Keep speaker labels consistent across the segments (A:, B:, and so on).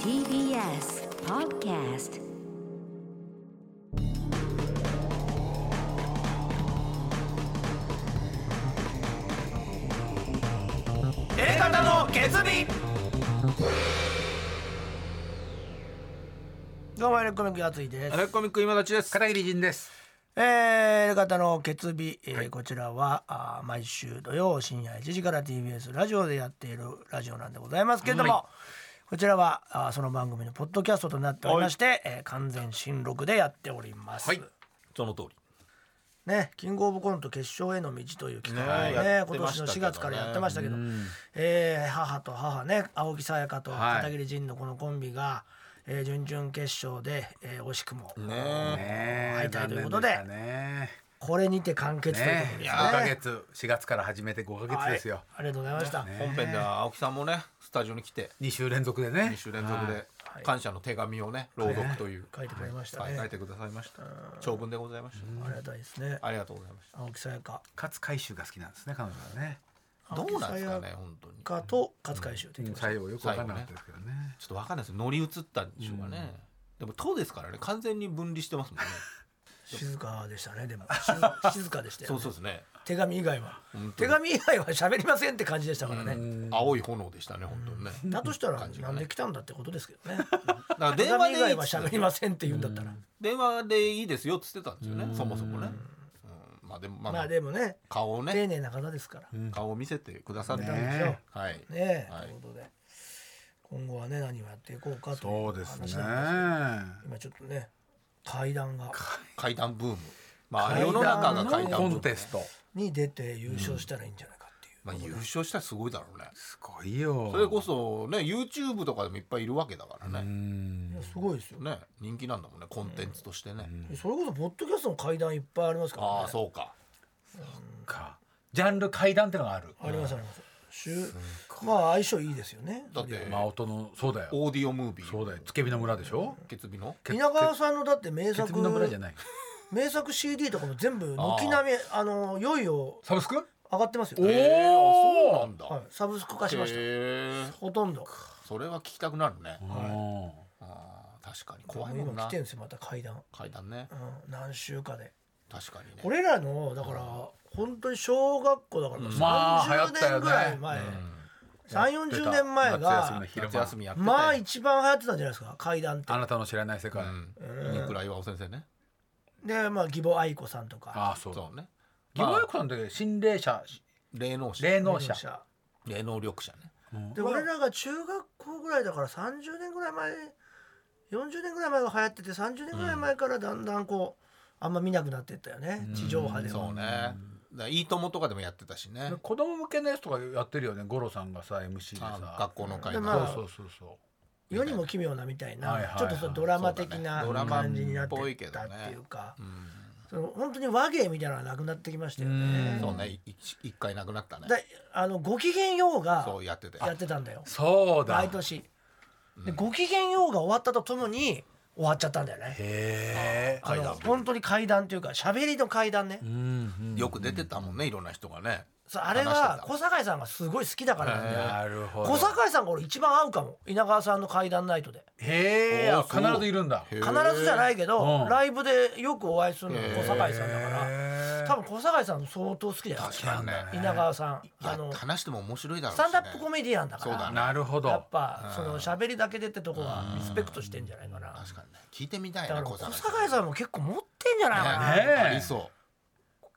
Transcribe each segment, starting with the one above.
A: TBS Podcast
B: 方の決意どうもエレコミックやついです
C: アレコミック今立ちです。
D: 片桐仁です。
B: えー、方の決日、えーこちらはあー毎週土曜深夜1時から TBS ラジオでやっているラジオなんでございますけれども、こちらはあーその番組のポッドキャストとなっておりまして、えー完全新録でやっております、
D: はい。その通り。
B: ね、キングオブコント決勝への道という企画をね
D: ねやって
B: 今
D: ま
B: 年
D: した
B: の
D: けどね
B: 4月からやってましたけど、えー母と母ね青木さやかと
D: はい
B: 片桐仁のこのコンビが、えー準々決勝で、えー惜しくも
D: ね
B: 敗退ということで
D: 残念したね
B: これにて完結ということ
D: ね
B: です
D: え、
B: ね。
D: いや5ヶ月、4月から始めて5ヶ月ですよ。
B: はい、ありがとうございました、
C: 本編では青木さんもね、スタジオに来て、
D: 2週連続でね。
C: 2週連続で
B: はい
C: 感謝の手紙をね、朗読という、
B: 書いてくれました
C: は
B: ね、
C: い書いてくださいました。長文でございました。
B: ありがたいですね
C: ありがとうございまし
B: 青木さやか
D: 勝回収が好きなんですね、彼女はね。
C: た。どうなんですかね、本当に。ちょ
B: かと勝海舟って言ってました
D: 最後よくわかんなかったですけどね。
C: っとわかんないです。乗り移ったんでしょうかね。でも、党ですからね、完全に分離し てますもんね。
B: 静かでしたねでもし静かでしたよ、ね、
C: そうそうですね。
B: 手紙以外は
C: 本当
B: 手
C: に
B: 紙以外は喋りませんって感じでしたからね、
C: 青い炎でしたね、本当にね。
B: だとしたら
C: 感じが
B: な
C: ね
B: んで来たんだってことですけどね
C: だから
B: 手
C: 電話
B: 紙以
C: でいい
B: 外
C: っ
B: は
C: つっ
B: 喋
C: て
B: りませんって言うんだったら
C: 電話でいいですよっつってたんですよね、そもそもね。うんまあでも、まあ
B: まあでもね
C: 顔
B: 丁
C: をね、
B: 寧な方ですから、
C: 顔を見せてくださったんで
B: ね
C: しょう。はい。
B: ねえ、
C: は
B: と
C: い
B: いうことで今後はね何をやっていこうかとい
D: そうです
B: 話。
D: ね
B: なんです今ちょっとね階段が
C: 階段ブーム。まあ
B: 階段
C: 世の中が階
D: コ
C: 段ブ
D: ン
C: ーム。
D: テスト。
B: に出て優勝したらいいんじゃないかっていう、
C: まあ優勝したらすごいだろうね。
D: すごいよ。
C: それこそね YouTube とかでもいっぱいいるわけだから
D: う
C: ね。
D: ん。
B: いやすごいですよ、
C: ね人気なんだもんねコンテンツとしてね。
B: それこそポッドキャストの階段いっぱいありますから、ね、
C: ああそうか。
D: か。ジャンル階段ってのがある。
B: ありますあります。週まあ相性いいですよね。
C: だって
D: まあ音のそうだよ。
C: オーディオムービ
D: そう
C: ー。
D: だよ。付け火の村でしょ。
C: 決日の。
B: 稲川さんのだって名
D: 付け
B: 作
D: 火の村じゃない。
B: 名作 CD とかも全部軒並みあのよいよ
D: サブスク？
B: 上がってますよ。
D: お
C: え
B: は
C: えあそうなんだ。
B: い、サブスク化しました。
C: へえ
B: ほとんど。
C: それは聞きたくなるね。
D: うん
C: ああ確かに
B: も
C: 怖いうもん
B: 今
C: な
B: 来て。るんですよまた階段。
C: 階段ね
B: う。ん、何週かで。
C: 確かにね。
B: 俺らのだから本当に小学校だからもう
D: まあ流行
B: 30
D: ったよね
B: 年ぐらい前、三四十年前
D: 夏休みの
B: が
D: 昼
C: 夏
D: 間
C: 休。みやってたよ
B: まあ一番流行ってたんじゃないですか階段って
D: あ。なたの知らない世界。
C: うん。ニクライワオ先生ね。
B: でまあ義母愛子さんとか。
D: ああそうだ。
C: そうね。
D: 義母役さんだけど心霊者
C: 霊能者。
D: 霊能者
C: 霊能力者ね。
B: で俺らが中学校ぐらいだから30年ぐらい前40年ぐらい前が流行ってて30年ぐらい前からだんだんこうあんま見なくなってったよね、地上波では
C: そうね。だからいいともとかでもやってたしね。
D: 子供向けのやつとかやってるよね五郎さんがさ MC で
C: あ
D: さ
C: 学校の会
B: で
C: 談
B: まあ
D: そうそうそうそ
B: 世にも奇妙なみたいな、
D: はいはいはい
B: ちょっとそのドラマ的な
C: そうだね
B: 感じになって
C: ドラマっぽい
B: っ
C: けど
B: たっ
C: ね
B: ていうか
C: う、ん
B: その本当に和芸みたいなのがなくなってきましたよね。
C: そうね、い一一回なくなったね。
B: だあのご機嫌ようが
C: そうやってて。
B: やってたんだよ
D: うそうだ
B: 毎年。でご機嫌ようが終わったとともに終わっちゃったんだよね。
D: へえ
B: あの本当に階段というか喋りの階段ね、
C: よく出てたもんね、いろんな人がね。
B: そうあれ
C: 話
B: は
C: してた
B: 小坂井さんがすごい好きだからなんだよ
D: なるほど
B: 小坂井さんが俺一番合うかも稲川さんの階段ナイトで
D: へえ
C: お
D: あ
C: ーそう
D: 必ずいるんだ
C: へえ
B: 必ずじゃないけど、
D: うん
B: ライブでよくお会いするのが小坂井さんだから
D: へ
B: 多分小坂井さん相当好きだよ
C: 確かにね。
B: 稲川さん
C: いや
B: あの
C: 話しても面白いだろう
B: ス
C: しね。
B: タンダップコメディアンだから
C: そうだ
D: えなるほ
B: や
D: ど
B: っぱその喋りだけでってとこはリスペクトしてんじゃないかな
C: 確かにね。聞いてみたい
B: だから
C: な、小
B: 小
C: 坂
B: 坂井さんも結構持ってんじゃないかな、
C: ね
D: ね
C: ありそ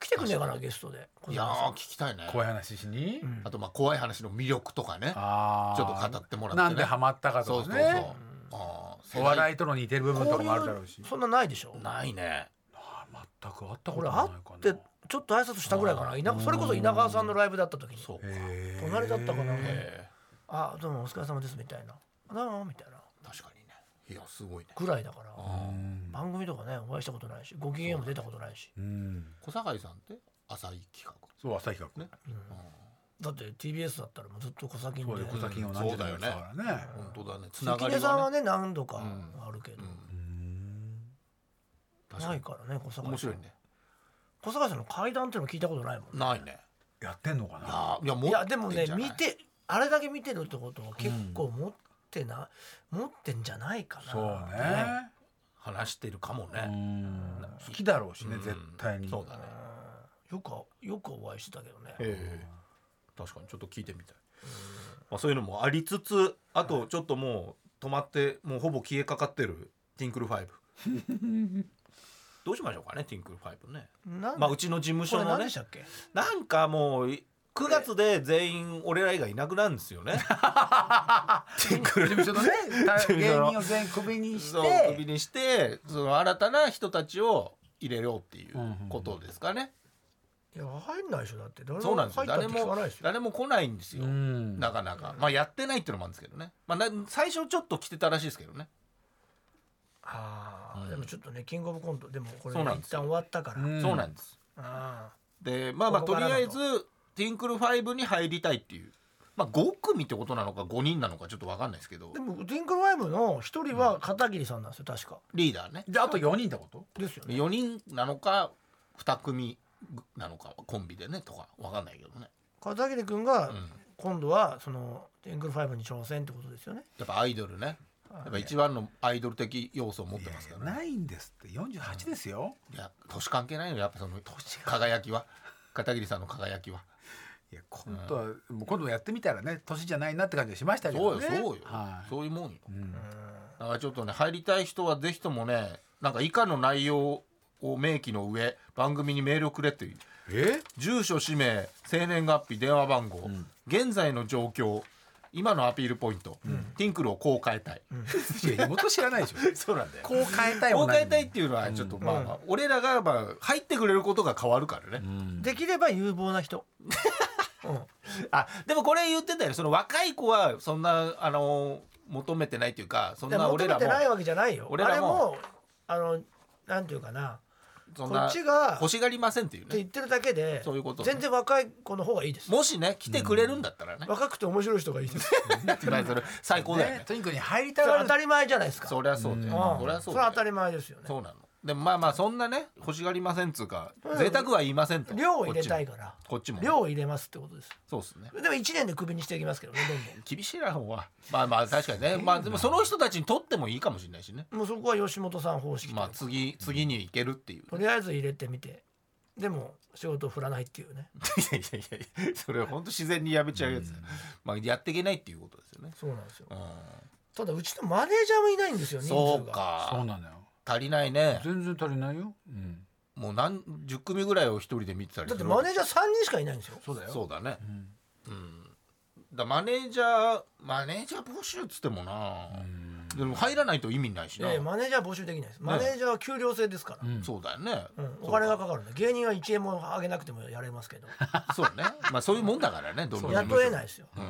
B: 来てくんねえかなゲストで
C: う。
B: 小
C: いや
B: 坂井さ
C: ー、
B: ん
C: 聞きたいね。
D: 怖い話しに
C: あと、まあ、怖い話の魅力とかね。
D: ああ
C: ちょっと語ってもらってね
D: なんでハマったか
C: そ
D: と
C: うそ
D: か
C: うそう
D: ね。
C: あー
D: お笑いとの似てる部分とかもあるだろうし
B: 交流そんなないでしょ
C: ないね。
D: あ全くあったこ
B: 俺
D: と
B: 会
D: ない
B: っ
D: か
B: て
D: な
B: ちょっと挨拶したぐらいかな稲それこそ稲川さんのライブだった時に
C: そうか。
D: へえ
B: 隣だったかな
C: え
B: 「あどうもお疲れ様です」みたいな「どうも」みたいな
C: ー確かにね。いや、すごいね。
B: ぐらいだから
D: うん
B: 番組とかねお会いしたことないしご機嫌も出たことないし
D: うん
C: 小坂井さんって浅い企画。
D: そう朝日学ね
C: ね
B: だって TBS だったらもうずっと小崎に
D: そうだよ小崎を何時代もしたからね
C: 本当だね。つな
B: 関
C: がり
B: 根さん
C: は
B: は
C: ね。
B: ね何度か
C: ん
B: あるけど
C: 確か
B: ない
C: に
B: からね小坂
C: 面
B: 井さ
C: 白
B: ん
C: いね。
B: 小坂井さんの階段っていうの聞いたことないもん
C: ないね。
D: やってんのかな
C: あーいや、も
B: いやでもね見てあれだけ見てるってことは結構持っってな持ってんじゃないかな。
D: そうね
C: 話してるかも
D: う
C: ね。
D: ん好きだろうしね
C: うん
D: 絶対に
C: そうだね。
B: よくよくお会いしてたけどね。
C: ええ確かにちょっと聞いてみたい、まあ、そういうのもありつつあとちょっともう止まってもうほぼ消えかかってるティンクルファイブどうしましょうかねティンクルファイブね
B: なん
C: まあうちの事務
B: こ
C: 所
B: れ
C: の
B: 何
C: ね
B: でしたっけ？
C: なんかもう9月で全員俺ら以外いなくなるんですよねティンクル
D: 事務所のね
C: 事務
D: 芸
C: 所の
D: 人を全員クビにし
C: そうクビ
D: て
C: にしてその新たな人たちを入れようっていうことですかね、
B: いや入んないでしょだって誰
C: そう
B: も
C: なんです
B: 入
C: よ
B: ったって
C: 誰
B: 聞
C: も
B: かないですよ。
C: 誰も来ないんですよ、
D: うん
C: なかなか、まあやってないっていうのもあるんですけどね、まあ、な最初ちょっと来てたらしいですけどね
B: ああ、
C: うん
B: でもちょっとねキングオブコントでもこれ
C: そうなん
B: 一
C: ですよ
B: 旦終わったから。
D: うん
C: そうなんです
B: あ
C: でまあまあ
B: ことこ
C: り
B: からだ
C: あ
B: と
C: えずティンクル5に入りたいっていうまあ5組ってことなのか5人なのかちょっと分かんないですけど
B: ーでもティンクルファイブの一人は片桐さんなんですよ確か。
C: リーダーね
D: であと4人ってこと
B: ですよね。
C: 4人なのか2組なのかコンビでねとか分かんないけどね、
B: 片桐くんが
C: うん、
B: 今度はそのティンクルファイブに挑戦ってことですよね。
C: やっぱアイドルねやっぱ一番のアイドル的要素を持ってますからね
D: ないんですって48ですよ
C: いや年関係ないのやっぱその輝きは片桐さんの輝きはい
D: や今度はもう今度やってみたらね年じゃないなって感じがしましたけ
C: そ
D: ど
C: うよ
D: ね
C: そうよ
D: はい
C: そういうもんよ
D: うん
C: だからちょっとね入りたい人はぜひともねなんか以下の内容を明記の上番組にメールをくれっていう
D: え
C: 住所氏名生年月日電話番号、現在の状況今のアピールポイント、ティンクルをこう変えたい、
D: いや元知らないでしょ
C: そうなんだよ
D: こう変えたい
C: こ
D: も
C: う
D: 何も
C: 変えたいっていうのはちょっとまあ、まあ俺らがまあ入ってくれることが変わるからね、
B: できれば有望な 人。
C: あでもこれ言ってたよねその若い子はそんなあの求めてないというかそん
B: で
C: な
B: 求
C: 俺
B: め
C: ら
B: て
C: も
B: ないわけじゃないよ。
C: 俺ら
B: あれ
C: も
B: もあのなんていうかな。
C: そん
B: こ
C: な
B: っちが
C: 欲しがりませんっていう
B: って言
C: ね
B: ってるだけで
C: そういうこと
B: 全然若い子の方がいいです
C: もしね来てくれるんだったらね、
B: 若くて面白い人がいいです
C: ってない それ最高だよね
D: ねとにかくに入りた
B: それ
D: が
B: 当
D: る
B: たり前じゃないですか
C: そりゃそうだよ、
B: うん
C: そりゃそう
B: れ
C: だよ
B: は当たり前ですよね
C: そうなのでもまあまあそんなね欲しがりませんっつうか、
B: うん
C: 贅沢は言いませんと
B: 量を入れたいから
C: こっちも
B: 量を入れますってことです
C: そうっすね
B: でも1年でクビにしていきます けどね
C: 厳しいな方はまあまあ確かにねまあでもその人たちにとってもいいかもしれないしね
B: どんどんもうそこは吉本さん方式というか
C: まあ次次に行けるっていう、
B: とりあえず入れてみてでも仕事を振らないっていうね
C: いやいやいやいやそれ本当自然にやめちゃうやつ、まあやっていけないっていうことですよね
B: そうなんですよ
C: う
B: ただうちのマネージャーもいないんですよ
C: ん
B: 人
C: そ
B: 数
C: う
B: が
D: そう
C: か
D: なのよ
C: 足りないね
D: 全然足りないよ、うん、
C: もう何10組ぐらいを一人で見てたり
B: だ
C: す
B: っ
C: る
B: てマネージャー3人しかいないんですよ
D: そうだよ
C: そうだね
D: ん
C: うん、だマネージャーマネージャー募集っつってもな、でも入らないと意味ないしな、
B: ええマネージャー募集できないですマネージャーは給料制ですから、
D: ん
C: そうだよね、
B: うん、お金がかかるんで芸人は1円もあげなくてもやれますけど
C: そうねま あそういうもんだからねどの事務所
B: 雇えないですよ、
C: うん、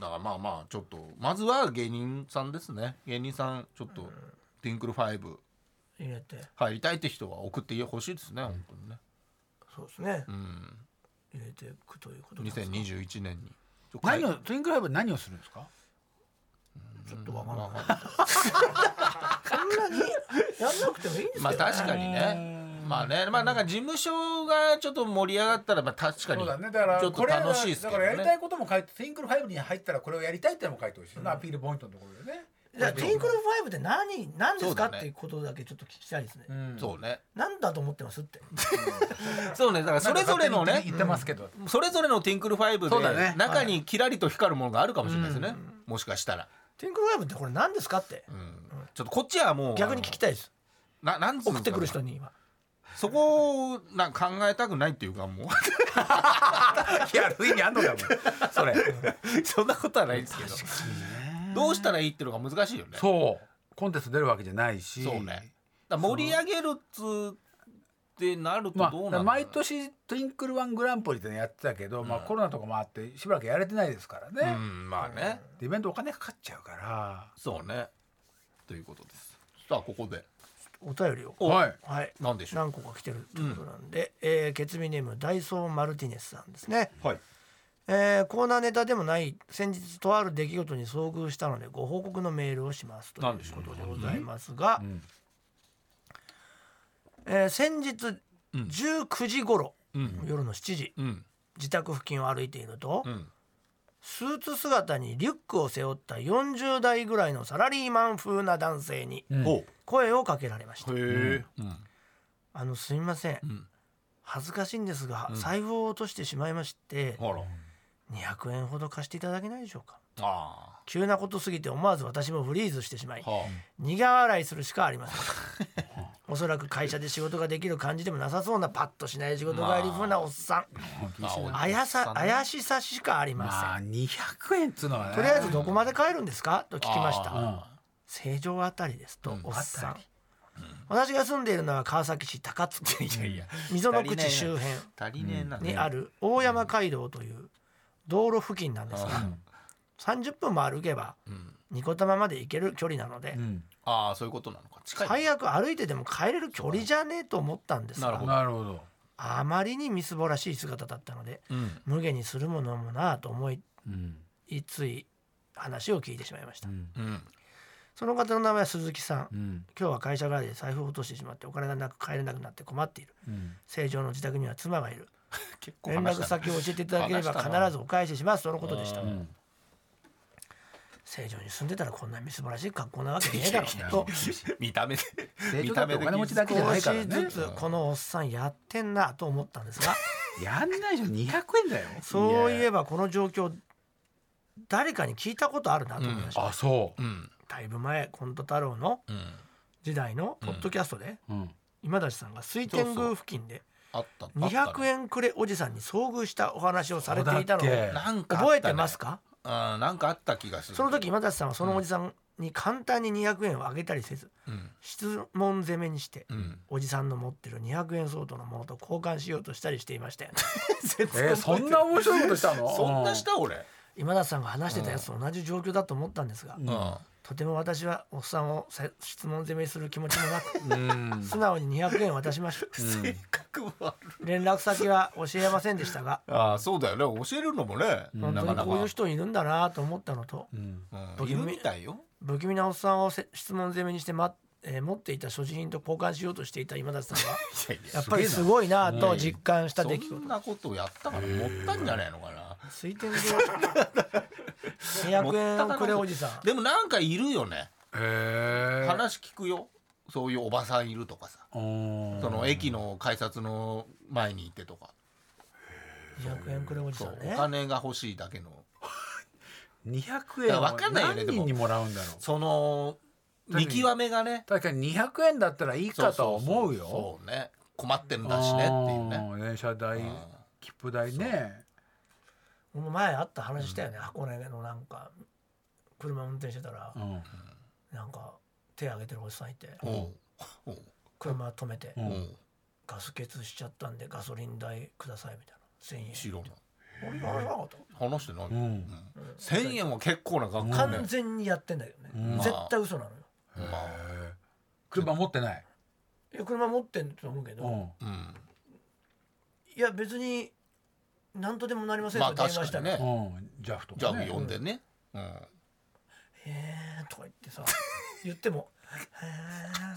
C: だからまあまあちょっとまずは芸人さんですね芸人さんちょっと、ティンクル5
B: 入れて
C: 入りたいって人は送ってほしいですね本当にね
B: そうですね、
C: うん
B: 入れていくということなんです
C: 2021年にちょ
D: 何をトゥインクラブ何をするんですか
B: ちょっとわかんない
C: わかんない
B: そんなにやんなくてもいいんですけど、ね、
C: まあ確かにねまあねまあなんか事務所がちょっと盛り上がったらまあ確か
D: そう
C: にち
D: だねだから
C: ょっと
D: これは
C: 楽しいです
D: だ
C: け
D: か
C: ど
D: らやりた
C: ね
D: いことも書いてトゥインクルファイブに入ったらこれをやりたいってのも書いてほしいよね、アピールポイントのところでね
B: じゃあティンクルファイブって何何ですか、
C: そうだね
B: っていうことだけちょっと聞きたいですね、
D: ん
C: そうね
B: なんだと思ってますって
C: そうねだからそれぞれ
D: な
C: の
D: んか勝手
C: ね
D: に言ってますけど、
C: それぞれのティンクルファイブ
D: そうだ
C: で
D: ね
C: 中にキラリと光るものがあるかもしれないですねもしかしたら
B: ティンクルファイブってこれ何ですかって、
C: うんちょっとこっちはもう
B: 逆に聞きたいです
C: あのななんつうのか
B: 送
C: な
B: ってくる人に今
C: そこをなんか考えたくないっていうかもう
D: やる意味あんのかも それ
C: そんなことはないですけどどうしたらいいっていうのが難しいよね
D: そうコンテスト出るわけじゃないし
C: そうねだから盛り上げるっつってなると
D: まあ、
C: どうなの
D: 毎年トゥインクルワングランプリってのやってたけど、まあ、コロナとかもあってしばらくやれてないですから
C: う
D: ね、
C: んまあね
D: でイベントお金かかっちゃうから
C: そうねということですさあここで
B: お便りを
C: お
D: はい
B: はい
C: 何でしょ
B: 何個か来てるってことなんで、えーケツミネームダイソーマルティネスさんですね
C: うはい
B: えーコーナーネタでもない先日とある出来事に遭遇したのでご報告のメールをしますという
C: なんでしょう
B: ことでございますが、えー先日
C: うん
B: 19時頃、
C: うん
B: 夜の7時
C: うん
B: 自宅付近を歩いていると、
C: うん
B: スーツ姿にリュックを背負った40代ぐらいのサラリーマン風な男性に
D: うん
C: ほ
B: 声をかけられました
C: うへえうん
B: 「あのすみません
C: うん
B: 恥ずかしいんですが
C: うん
B: 財布を落としてしまいまして
C: ほら
B: 200円ほど貸していただけないでしょうか」
C: あ
B: 急なことすぎて思わず私もフリーズしてしまい
C: ーは
B: 苦笑いするしかありませんおそらく会社で仕事ができる感じでもなさそうなパッとしない仕事帰り風なおっさ
C: ま
B: ん
C: あおっさんね
B: 怪さ怪しさしかありません、
D: まあ200円っつうのはね
B: とりあえずどこまで帰るんですかと聞きまし
C: あー
B: た成城あたりですとおっさん、
D: あた
B: 私が住んでいるのは川崎市高津区
C: いやいや
B: 溝の口周辺
C: 足りねえな
B: にある大山街道という道路付近なんですが30分も歩けば
C: うん
B: 二子玉まで行ける距離なので、
D: うん
C: ああそういうことなのか近い
B: 最悪歩いてでも帰れる距離じゃねえと思ったんです
C: なる
B: が
C: ほど
D: なるほど
B: あまりにみすぼらしい姿だったので
C: うん
B: 無下にするものもなあと思い
D: うん
B: つい話を聞いてしまいました、
D: うん
C: うん
B: その方の名前は鈴木さん
D: うん
B: 今日は会社帰りで財布を落としてしまってお金がなく帰れなくなって困っている
D: うん
B: 正常の自宅には妻がいる
C: 結構
B: 連
C: 話
B: 絡
C: したな
B: 先を教えていただければ
C: 話した
B: 必
C: な
B: ずお返ししますとのことでした
C: う
D: うん
B: 正常に住んでたらこんなみすぼらしい格好なわけねえだろ うと
C: 見た目で
D: 成長だってお金持ちだけじゃな
B: 少
D: いから
B: しず
D: ね
B: つこのおっさんやってんなと思ったんですが
D: やんないでしょ200円だよ
B: そういえばこの状況誰かに聞いたことあるなと思いました、
D: そ
C: うん
B: だいぶ前コント太郎の
C: うん
B: 時代のポッドキャストで、
D: ううん
B: 今立さんが水天宮付近で
C: あったあった
B: 200円くれおじさんに遭遇したお話をされていたのを
C: なんかあったね
B: 覚えてますか
C: うんなんかあった気がする
B: その時今立さんはそのおじさんに簡単に200円をあげたりせず
C: うん
B: 質問攻めにして、
C: うん
B: おじさんの持ってる200円相当のものと交換しようとしたりしていま して
D: えーそんな面白いことしたの
C: そんなした俺
B: 今立さんが話してたやつと同じ状況だと思ったんですが、
C: うん
B: とても私はおっさんをせ質問攻めする気持ちもなく
D: うんうん
B: 素直に200円を渡しま した
C: 性格悪い
B: 連絡先は教えませんでしたが
C: ああそうだよね教えるのもね
D: うん
B: 本当
C: なか
B: に
C: なか
B: こういう人いるんだなと思ったのと
D: うん
C: うんいるみたいよ
B: 不気味なおっさんをせ質問攻めにして、まえー持っていた所持品と交換しようとしていた今田さんはやっぱりすごいなと実感した出来
C: そん
B: 事
C: なことをやったから持ったんじゃないのかな
B: 水 天宮200円をくれおじさん
C: でもなんかいるよね
D: へえ
C: 話聞くよそういうおばさんいるとかさその駅の改札の前に行ってとか
B: 200円くれおじ
C: そ
B: さ
C: うんお
B: ね
C: 金が欲しいだけの
D: 200円を
C: だから分かんないよね
D: 何人にもらうんだろう
C: その見極めがね
D: 確かに200円だったらいい
C: そ
D: かとは思うよ
C: そうそうね困ってんだしねっていうね
D: あー電車代
C: うん
D: 切符代ね
B: もう前あった話したよね、箱根のなんか車運転してたら、
D: うん
B: なんか手挙げてるおじさんいて
C: おうおう
B: 車止めて、
D: うん
C: おう
B: ガス欠しちゃったんでガソリン代くださいみたいな
C: 知
B: 1000
C: らない
B: 円俺話しなかった
C: 話してない、
D: うん
B: うん
C: 千円は結構な額だね
B: 完全にやってんだけどね、
D: うん
B: 絶対嘘なのよ
C: まあ
D: 車持ってない
B: いや車持ってんと思うけど、
D: うん
C: うん
B: いや別に何とでもなりません
C: ま
B: と
C: あ
B: 電話
C: 確
B: した、
C: からにね
D: うんジャフと
C: じゃあ
D: かね
C: 呼んでねうん
B: へえとか言ってさ 言っても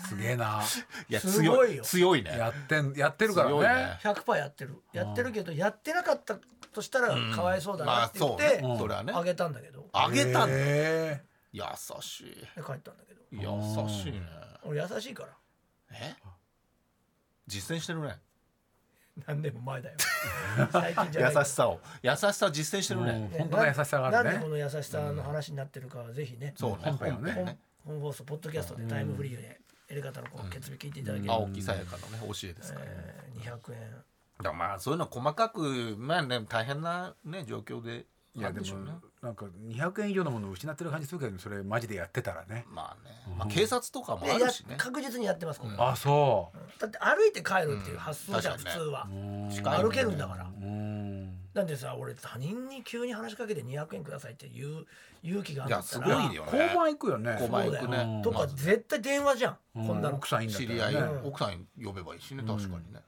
B: へ
D: すげえない
C: や
B: すご
C: 強
B: い
C: い
B: よ
C: 強 いね
D: やってんやってるから
C: 強
D: ね
C: いね
B: え100%やってるやってるけどやってなかったとしたらかわいそうだ
C: ま
B: な
C: あ
B: って言
C: そ
B: っ
C: うね
B: て
D: ん
C: それはね
B: あげたんだけど
C: あげたんだ
D: へ
C: 優しい
B: で帰ったんだけど
C: 優しいね
B: 俺優しいから
C: え実践してるね
B: 何年も前だよ最近じゃない
C: 優しさを優しさを実践してるね
D: 本当の優しさがある
B: なんで
D: ね
B: この優しさの話になってるかはぜひね、
C: そうね
D: 本編をね
C: 本ね
B: 本放送ポッドキャストでタイムフリーでやり方のこう決意聞いていただければ、
C: 青木さやかのね教えですからね
B: えー200円
C: だからまあそういうのは細かくまあね大変なね状況で
D: い
C: あ
D: や
C: る
D: で
C: でしょうね
D: もなんか200円以上のものを失ってる感じするけどそれマジでやってたらね
C: まあねまあ警察とかも
B: で
C: あ
B: や
C: るしね
B: 確実にやってますこれ、
D: あそ
B: だって歩いて帰るっていう発想じゃん、
C: うん
B: 普通は、
D: う
C: 近い
B: 歩けるんだから、
D: うん
B: なんでさ俺他人に急に話しかけて200円くださいって言う勇気があ
C: い
B: るんだ
C: や
B: った
C: す
B: ら
C: ごいよね
D: 交番行くよね
C: 交番
B: そう
C: 行
B: だ
C: く
B: よ、
C: ね
B: とか絶対電話じゃん、こんなの
D: 奥さんいいんだ
C: 知
D: った
C: り合い
D: らね
C: 奥さん呼べばいいしね確かにね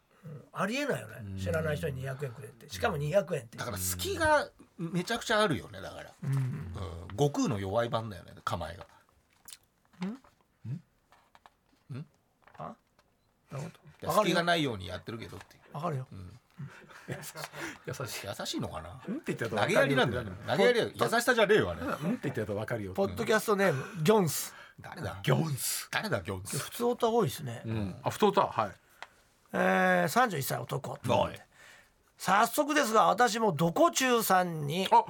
B: ありえないよね、知らない人に200円くれってしかも200円って
C: だから隙がめちゃくちゃあるよねだから、うん悟空の弱い版だよね構えが
B: あなるほ
C: い
B: ど
C: や
B: わかる
C: 隙
B: よ
C: がないようにやってるけどっていう
B: わかるよ、
C: 優しい優しいのかな
D: うんって言ったら
C: 投げやりなんだよ投げやりや優しさじゃねえわね
D: うんって言ったらわかるよ。
B: ポッドキャストネームギョンス
C: 誰だギョンス誰だギョンス
B: 普通音多いですね、
D: うんあ、太った。はい。
B: えー、31歳男
C: おい
B: 早速ですが私もどこ中さん に
D: あ、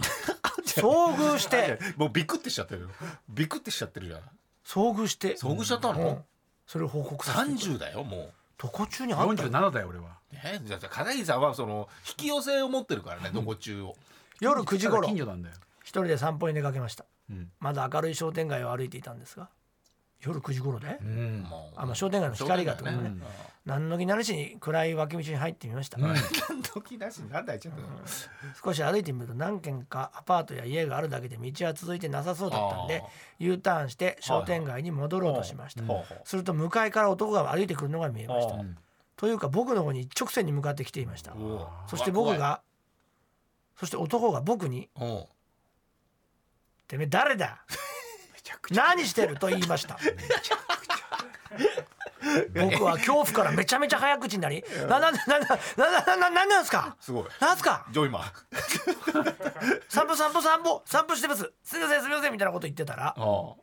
B: 遭遇し
C: いや
B: て
C: もうビクってしちゃってるよビクってしちゃってるじゃん
B: 遭遇して
C: 遭遇しちゃったの、
B: それを報告させて
C: 30だよも
B: どこ中にあっ
D: 四
B: た
D: 十七だよ俺は。
C: うねじゃあ片桐さんはその引き寄せを持ってるからねどこ中を、
B: 夜9時頃
D: 近
B: 一
D: 所なんだよ。
B: 人で散歩に出かけました
D: うん。
B: まだ明るい商店街を歩いていたんですが夜9時頃で、
D: うん。
C: もう
B: あまあ商店街の光がってことね
C: 商店街
B: 何の気なしに暗い脇道に入ってみました、
D: うん
C: うん時なしになんだいちゃったの
B: 少し歩いてみると何軒かアパートや家があるだけで道は続いてなさそうだったんで
C: あー
B: U ターンして商店街に戻ろうとしました、
C: ほうほう
B: すると向かいから男が歩いてくるのが見えました
C: あー
B: というか僕の方に一直線に向かってきていました
C: うお
B: そして僕がそして男が僕に
C: 怖いうん
B: 「てめえ誰だ何してる?」と言いました僕は恐怖からめちゃめちゃ早口になり「ななななななななんなんですか
C: すごい
B: なんすか
C: ジョイマン
B: 散歩散歩散歩散歩してますすいませんすいません」みたいなこと言ってたら
C: ああ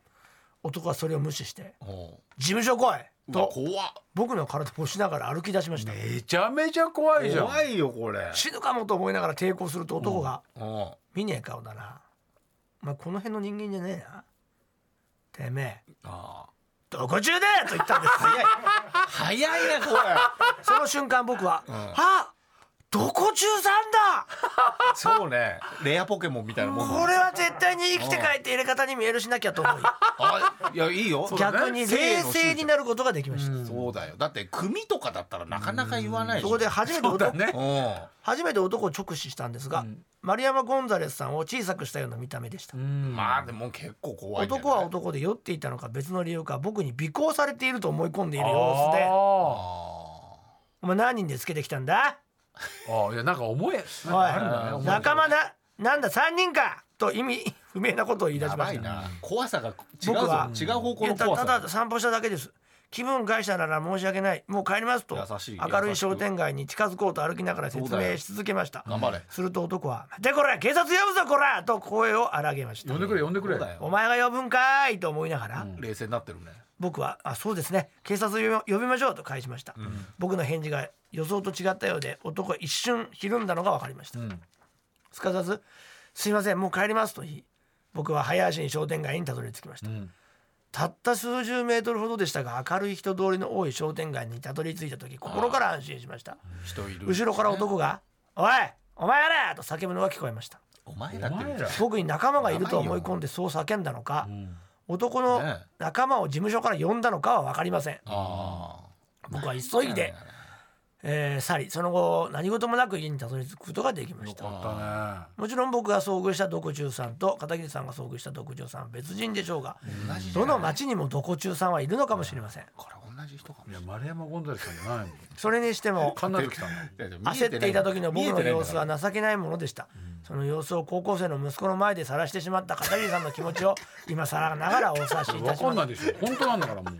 B: 男はそれを無視して
C: うん
B: 「事務所来い!」
C: うわ
B: と
C: 怖っ
B: 僕の体を押しながら歩き出しました
D: めちゃめちゃ怖いじゃん。
C: 怖いよこれ
B: 死ぬかもと思いながら抵抗すると男が「
C: うん
B: 見ねえ顔だなお前この辺の人間じゃねえなてめえ
C: あ
B: どこ中でと言ったん です
C: あ早いねこれ
B: その瞬間僕は「
C: ん
B: あどこ中さんだ
C: そうねレアポケモンみたいなもんだね
B: これは絶対に生きて帰って入れ方にメールしなきゃ」と思い
C: あいやいいよ
D: そうだね
B: 逆に冷静になることができました、
C: そうだよだって組とかだったらなかなか言わないし
B: そこで初めて
D: そう
B: 男、
D: だね
C: う。ん
B: 初めて男を直視したんですが、
D: うん
B: 丸山ゴンザレスさんを小さくしたような見た目でした、
D: ん
C: まあでも結構怖いんじゃない
B: 男は男で酔っていたのか別の理由か僕に尾行されていると思い込んでいる様子で
D: あ
C: あ
B: 「お前何人でつけてきたんだ?」
D: ーあー、いやなんか思え。なんかあるんだね
B: お
D: 思
B: い、
D: え
B: 仲間な、なんだ三人かと意味不明なことを言い
C: ー
B: 出し
C: や
B: ま
C: ば
B: し
C: い
B: た。
C: な怖さが違う
B: 僕は
C: ぞ違う方
B: い
C: 向
B: や
C: の
B: た
C: 怖
B: ただ
C: さ
B: 散歩しただけです。気分害したなら申し訳ない。もう帰りますと
C: 優しい
B: 明るい商店街に近づこうと歩きながら説明し続けました。
C: 頑張れ
B: すると男は「でこら警察呼ぶぞこら!」と声を荒げました
D: 呼ん。でくれ呼んでく
C: そ
D: れ
C: う。だよ
B: お前が呼ぶんかいと思いながら、
C: 冷静になってるね
B: 僕は「あそうですね警察を呼び呼びましょう」と返しました、僕の返事が予想と違ったようで男は一瞬ひるんだのが分かりました、
D: ん
B: すかさず「すいませんもう帰ります」と言い僕は早足に商店街にたどり着きました、
D: ん
B: たった数十メートルほどでしたが明るい人通りの多い商店街にたどり着いた時心から安心しました
C: 人いる
B: 後ろから男が「おいお前やれ!」と叫ぶのが聞こえました
C: お前だ
D: お
C: って
D: 前ら。
B: 僕に仲間がいると思い込んでそう叫んだのか、
D: ん
B: 男の
C: ねえ
B: 仲間を事務所から呼んだのかは分かりません
C: あ
B: 僕は急いで、えー去りその後何事もなく家にたどり着くことができました
D: あ
B: もちろん僕が遭遇した独中さんと片桐さんが遭遇した独中さんは別人でしょうが
C: 同じじゃ
B: ど
C: ない
B: の町にも独中さんはいるのかもしれません
C: これ同じ人かも
D: ーいや丸山ゴンザレスさんじ ゃないもん。
B: それにしても
D: かんなってきたの。
C: やや見え
B: 焦って
C: ない
B: た時の僕の様子
C: 見えてないんだか
B: は
C: ら
B: 情けないものでしたその様子を高校生の息子の前で晒してしまった片桐さんの気持ちを今更ながらお察しいた
D: わ
B: し
D: かん
B: ま
D: な
B: す
D: いでしょ本当なんだからも う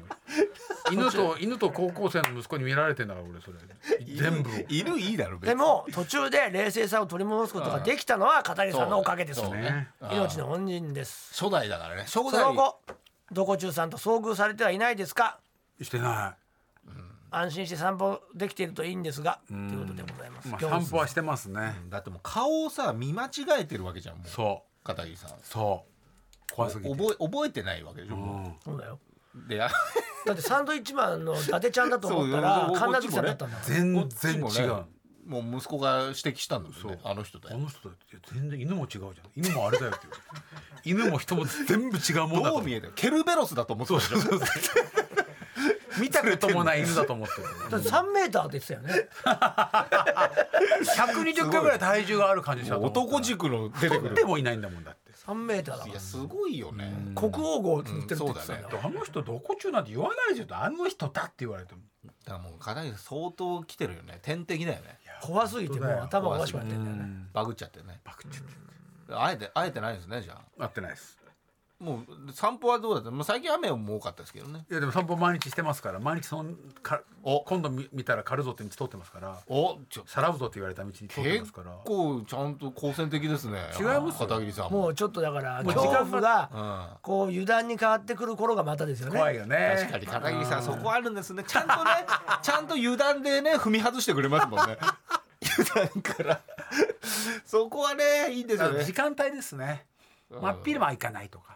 D: 犬と犬と高校生の息子に見られてんだから俺それ全部を
C: いるいいだろ別
B: で
C: に
B: も途中で冷静さを取り戻すことができたのは片桐さんのおかげです
C: そう
D: ね
B: 命の恩人です
C: 初代だからね初
B: その
C: 代
B: 後どこ中さんと遭遇されてはいないですか
D: してな
B: 安心して散歩できているといいんですがということでございます、
D: い、まあ、
B: 今日
D: 散歩はしてますね、
C: だってもう顔をさ見間違えてるわけじゃんもう
D: そう
C: 片桐さん
D: そう怖すぎて、
C: 覚え覚えてないわけでしょ、も
B: そうだよ
C: うであ
B: だってサンドイッチマンの伊達ちゃんだと思ったら
C: そうそう
B: 神奈月さんだったんだから
D: 全
C: こっ
D: 然
C: ち
D: 違う
C: もねもう息子が指摘したんだもんね
D: そう
C: あの人だ
D: あ
C: よ
D: の人だって全然犬も違うじゃん犬もあれだよって言う犬も人も全部違うもんだと
C: どう
D: 思う
C: 見えてるケルベロスだと思ってたでしょ
D: 見たこともない犬だと思ってる
B: だって3メーターって言ってたよね
D: 120キロぐらい体重がある感じしたと思った
C: 男軸の出て
D: 取
C: く
D: って
C: る
D: もいないんだもんだって
B: 3メーターだか
C: い
B: ら
C: やすごいよね、
B: 国王号って言ってるって言ってたん
C: うん
B: だ
C: そ
B: よ、
C: う
D: あの人どこ中なんて言わないじゃんあの人だって言われても
C: だからもう片桐さん相当来てるよね天敵だよね
B: 怖すぎてもう頭おかしくなってんだよね
C: バグっちゃってね
D: パクチュ
C: あえてあえてないですねじゃあ
D: 合ってないです
C: もう散歩はどうだった、まあ、最近雨も多かったですけどね
D: いやでも散歩毎日してますから毎日そのか今度見見たら狩るぞって道通ってますから
C: おちょ
D: さらうぞって言われた道通ってます
C: 結
D: から
C: 構ちゃんと好戦的ですね
D: 違いますよ
C: 片桐さん
B: も
C: も
B: うちょっとだから
D: もう
B: 恐
D: 時間が
B: 怖が
C: うん
B: こう油断に変わってくる頃がまたですよね
D: 怖いよね
C: 確かに片桐さんそこあるんですねちゃんとね ちゃんと油断でね踏み外してくれますもんね油断からそこはねいいんですよ
D: あ
C: ね
D: 時間帯ですね
C: うん
D: 真っ昼間は行かないとか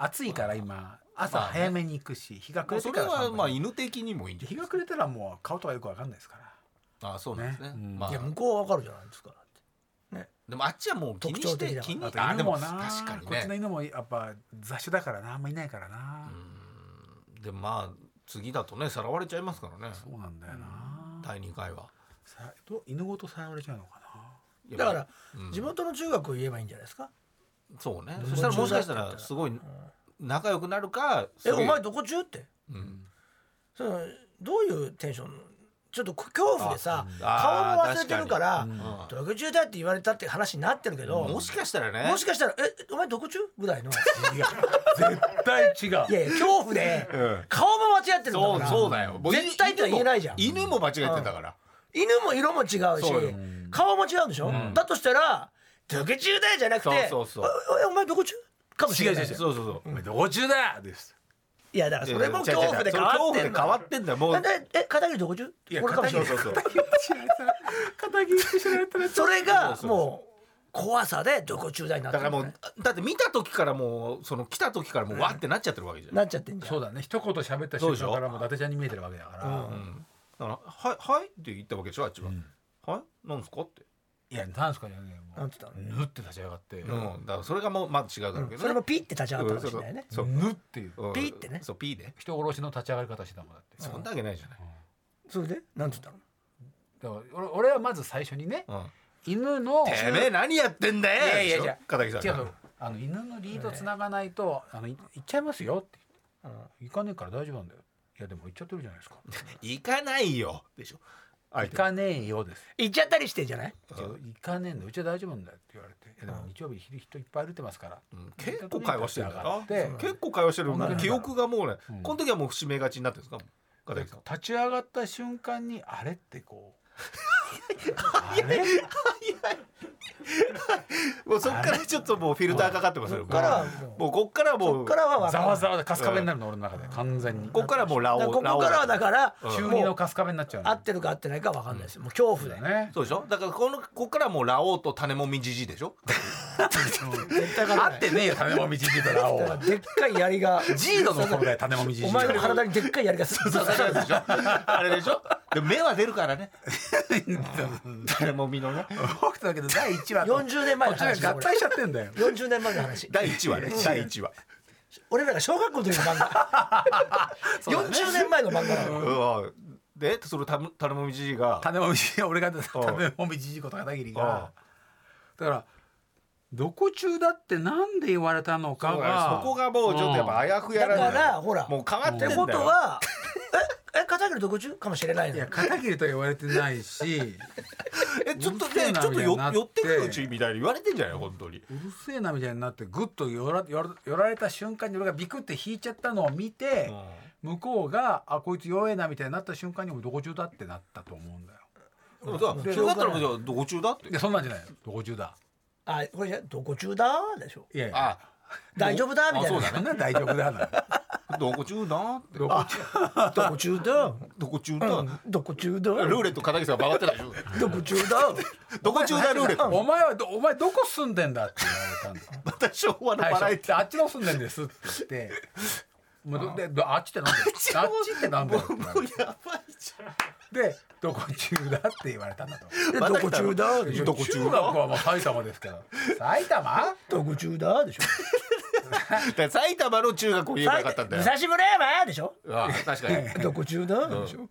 D: 暑いから今朝
C: まあね
D: 早めに行くし日が暮れ
C: そ
D: て
C: れ
D: から
C: は
D: 散歩
C: まあ
D: に
C: 犬的にもいいんじゃ
D: 日が暮れたらもう顔とかよくわかんないですから
C: ないあそうなんですね
D: ねうん
C: まあ
B: いや向こうはわかるじゃないですか
C: でもあっちはもう気に
B: 特徴
C: して
B: 的だ
C: 気に
D: あと
C: あで
D: 犬も
C: も
D: な
C: 確かに
D: こっちの
C: ね
D: 犬もやっぱ雑種だからなあんまいないからな、
C: でもまあ次だとねさらわれちゃいますからね
D: そうなんだよな、
C: 第2回は
D: さど犬ごとさらわれちゃうのか
C: いや
B: だから
C: うん
B: 地元の中学を言えばいいんじゃないですか
C: そうね
B: うん
C: そしたらもしかしたらすごい仲良くなるか
B: え
C: すごい
B: お前どこ中って
C: うん
B: そのどういうテンションちょっと恐怖でさ
C: あ
B: 顔も
C: あー
B: 忘れてるから
D: 確かに
C: うん
B: どこ中だって言われたって話になってるけど
C: もしかしたらね
B: もしかしたら「えお前どこ中?」ぐ らいのい
D: ないや絶対違う
B: やいや恐怖で
C: うん
B: 顔も間違ってるんだ
C: そ
B: か
C: う
B: ら
C: そうだよもう
B: 絶対とは言えないじゃん
C: 犬も間違えてたから、
B: 犬も色も違うし
C: そうよ
B: 顔も違うんでしょ、だとしたら「どこ中だよ」じゃなくて
C: そうそうそう
B: おおお前どこ中?」かもしれない
D: 違う違う違う
C: そうそうそう
D: お前どこ中だです
B: いやだからそれも
C: 違う違う
B: 恐怖で変わってん
C: そう恐怖で変わ
B: だ
C: ってんだよもう
B: え片桐どこ中
D: いや
B: 俺かもしれない
C: そうそうそう
D: 片桐って知られたら
B: それ
C: そう
B: が
C: そう
B: もう怖さでどこ中だになって
C: だ
B: る
C: から
B: の
C: も
B: ね
C: うだって見た時からもうその来た時からもうわってなっちゃってるわけじゃん、
B: なっちゃってんじゃん
D: そうだね一言喋った
C: そ
D: 瞬
C: うでしょ
D: 間からもう伊達ちゃんに見えてるわけだから、
C: うんだから「はいはい」って言ったわけでしょあっちは「はいなんですか?」って、
D: いや何すかねもう
B: なんつったの
D: ぬって立ち上がって、
C: うん、だからそれがもうまず違うだろうけど、ね
B: それもピッて立ち上がったかもしれないね
C: そう
D: ぬっていう
C: うん
B: ピーってね
C: そうピーで
D: 人殺しの立ち上がり方してたもんだって、
C: そんなわけないじゃない、
B: それでなんつったの
D: だから俺俺はまず最初にね、
C: うん
D: 犬の
C: てめえ何やってんだよ
D: いやいやいや
C: でしょ片桐
D: 違
C: さ
D: うんそ
C: が
D: うあの犬のリードつながないと「あのい行っちゃいますよ」って言って「行かねえから大丈夫なんだよ」いやでも行っちゃってるじゃないですか
C: 「行かないよ」でしょ
D: 行かねえよです
B: 行っちゃったりしてんじゃない
D: いや行かねえんだうちは大丈夫なんだよって言われて「いやでも日曜日昼人いっぱい歩いてますから」
C: うん結構会話してるんだよ
D: で
C: な結構会話してる
D: んだ
C: 記憶がもうね、
D: うん
C: この時はもう節目がちになってるんですか片
D: で
C: 桐さん
D: 立ち上がった瞬間にあれってこうあれ
C: もうそっからちょっともうフィルターかかってますよ。
B: そっからはもう
C: もうこっからはもう
B: こっからは分
D: ざ
B: か
D: わ
B: んな
D: ざ
B: い
D: わでカスカベになるの俺の中で完全に
C: こっからはもうラ
B: だ
C: オ
B: からここからはだから
C: うん
D: 中
B: も
D: 二
B: う
D: のカスカベになっちゃうの
B: 合ってるか合ってないか分かんないですもう恐怖
D: だ
B: で
D: ね
C: そうでしょ。だからこのここっからはもうラオウと種もみじじいでしょ。
B: 絶対
D: 合
B: か
D: ってねえよ種もみじじいとラオウ
B: ら
D: は
B: でっかい槍が
D: G のところだよ種もみじじ
B: お
D: い
B: 前の体にでっかい槍がする
C: そうで しょ。あれでしょ。で目は出るからね。種もみ のね。
D: 北斗だけど第1話 と
B: 40年前の話だ
D: 合
B: こ
D: 体
B: れ
D: しちゃってんだよ
B: 40年前の話
C: 第一話ね。第一話。
B: 俺らが小学校の時の漫画40年前の漫画なの
C: うわでその種種もみじじいが。
D: 種もみじじい俺が種もみじじいこと片桐がだからどこ中だってなんで言われたのか
C: そうだね
D: が
C: そこがもうちょっとやっぱあやふや
B: だ
C: ら
B: か
C: ない
B: らほら
C: もう変わっ
B: っ
C: てんだ
B: て
C: よ。
B: ことはええ片桐どこ中かもしれないの
D: いや片桐とは言われてないし
C: えちょっと
D: うるせえ
C: ね
D: な
C: ちょっ
D: み
C: と
D: たい
C: よ
D: になって
C: 寄ってくるうちみたいに言われてんじゃない本当に。
D: うるせえなみたいになってグッと寄ら寄ら寄られた瞬間に俺がビクって引いちゃったのを見て、向こうがあこいつ弱えなみたいになった瞬間にもどこ中だってなったと思うんだよ
C: でもさ
B: うん
C: それだったらもうじゃあどこ中だって
D: い。やそんなんじゃないよどこ中だ
B: あこれじゃどこ中だでしょ
D: いやいや
C: あ
B: 大丈夫だみたい
C: あ
B: な
C: そう
D: そんなん大丈夫だ な
C: どこ中だって。
D: どこ中
B: どこ中だ
C: どこ中だ。
B: どこ中だ
C: ルーレット片桐さん回ってないでしょ。
B: どこ中だ
C: どこ中だルーレット。
D: お前はどお前どこ住んでんだって言われたんだ
C: また昭和の
D: 最
C: バ
D: 初
C: ラエテ
D: あっちの住んでんですって言 って。もうでであっちってなんだよあっちってなんだよって言われて
C: ィー。やばいじ
D: でどこ中だって言われたんだと
B: でどこ中だでしょ
C: どこ中
D: 中学はもう埼玉ですから埼玉
B: どこ中だでしょ
C: ゃん。だから埼玉の中学を言えばよかったんだよ。
B: 武蔵村山でしょ
C: ああ確かに。
B: どこ中だでしょ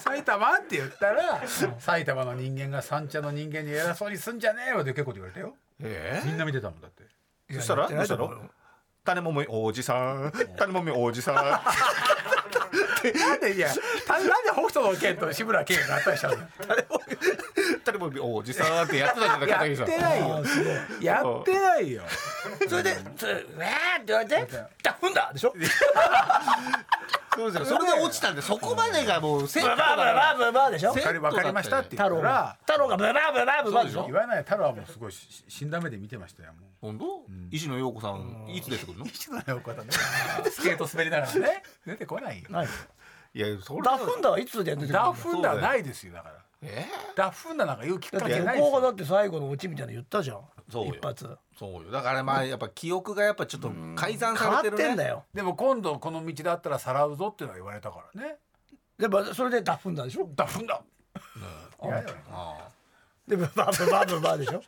D: 埼玉って言ったら埼玉の人間が三茶の人間に偉そうにすんじゃねえよって結構言われたよ
C: え
D: みんな見てたもんだって
C: え。そしたら
B: いや
C: どう
B: やっ
C: してた
B: ないと思
C: の
B: うよ？
C: 種もみおじさん。種もみおじさん。
D: なんでいやたなんで北斗の剣と志村けんがあったりしたの
C: ったらもうおじさんってやってたじゃない
D: や
C: 片桐さ
D: っ
C: ん
D: てないよやってないよ
B: それで「つうわー」って言われて「ダフんだ!」でしょ
C: そうですよそれで落ちたんでそこまでがもう
B: 「
C: セ
B: ブ
C: ット
B: バ
C: だ
B: ーブバー
C: から
B: ブバー」でしょ
C: セッ
D: わかりわかりましたって言
B: 太
D: った
B: 郎が
D: ら
B: 太郎が「ブバーブバーブバー」でし
C: そう
B: ょ
D: 言わない太郎はもうすごいしし死んだ目で見てましたよもう
C: 本当石野陽子さんいつ出てくるの
D: 一度の横だね スケート滑りながらね出てこないよ
B: ない
C: いやそれ
B: ダフんだはいつで出てくる
D: ダ
B: の
D: フンダはないですよだから
C: え
D: ダフンダなんか言うきっ
B: だ
D: か
B: っ
D: け
B: て
D: ない
B: 向こ
D: です
B: うがだ
D: よ
B: って最後のオチみたいなの言ったじゃん
C: そうよ
B: 一発
C: そうよだからまあやっぱ記憶がやっぱちょっと改ざん
B: 変
C: さ
B: わっ
C: れてる
B: てんだ
C: ね
B: よ
D: でも今度この道だったらさらうぞっていうのは言われたからね
B: でまあそれでダフんだでしょ
D: ダフンダ
B: あ
D: 嫌だよ
C: あ
B: でブバーブバーブバーでしょ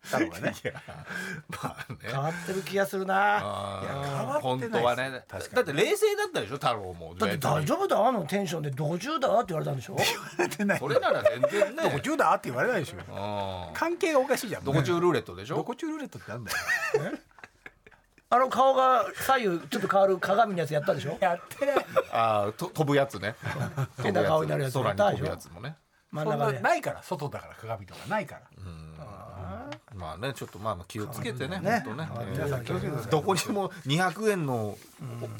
D: 太郎がね
C: あ まあね
B: 変わってる気がするな
C: あー
D: いや変わっ
C: 本
D: てないです
C: 当はねだ
D: 確かに
C: って冷静だったでしょ太郎も
B: だって大丈夫だあのテンションで「50だ」って言われたんでしょ
D: 出てない
C: それなら全 然
D: どこ
C: ね
D: 中だって言われないでしょ
C: うん
D: 関係がおかしいじゃん
C: どこ中ルーレットでし
D: ど
C: ょ
D: こ中ルーレットってなんだよ
B: あの顔が左右ちょっと変わる鏡のやつやったでしょ
D: やってない
C: ああと飛ぶやつ ね
B: 変な顔になるやつ
C: 空に飛ぶやつもね
B: 真ん
D: そんな
B: 中で
D: ないから外だから鏡とかないから
C: まあねちょっとまあまあ気をつけてね
B: ね
C: 本当ね
B: 変
C: え
B: わってる気がする
C: ーどこにも200円の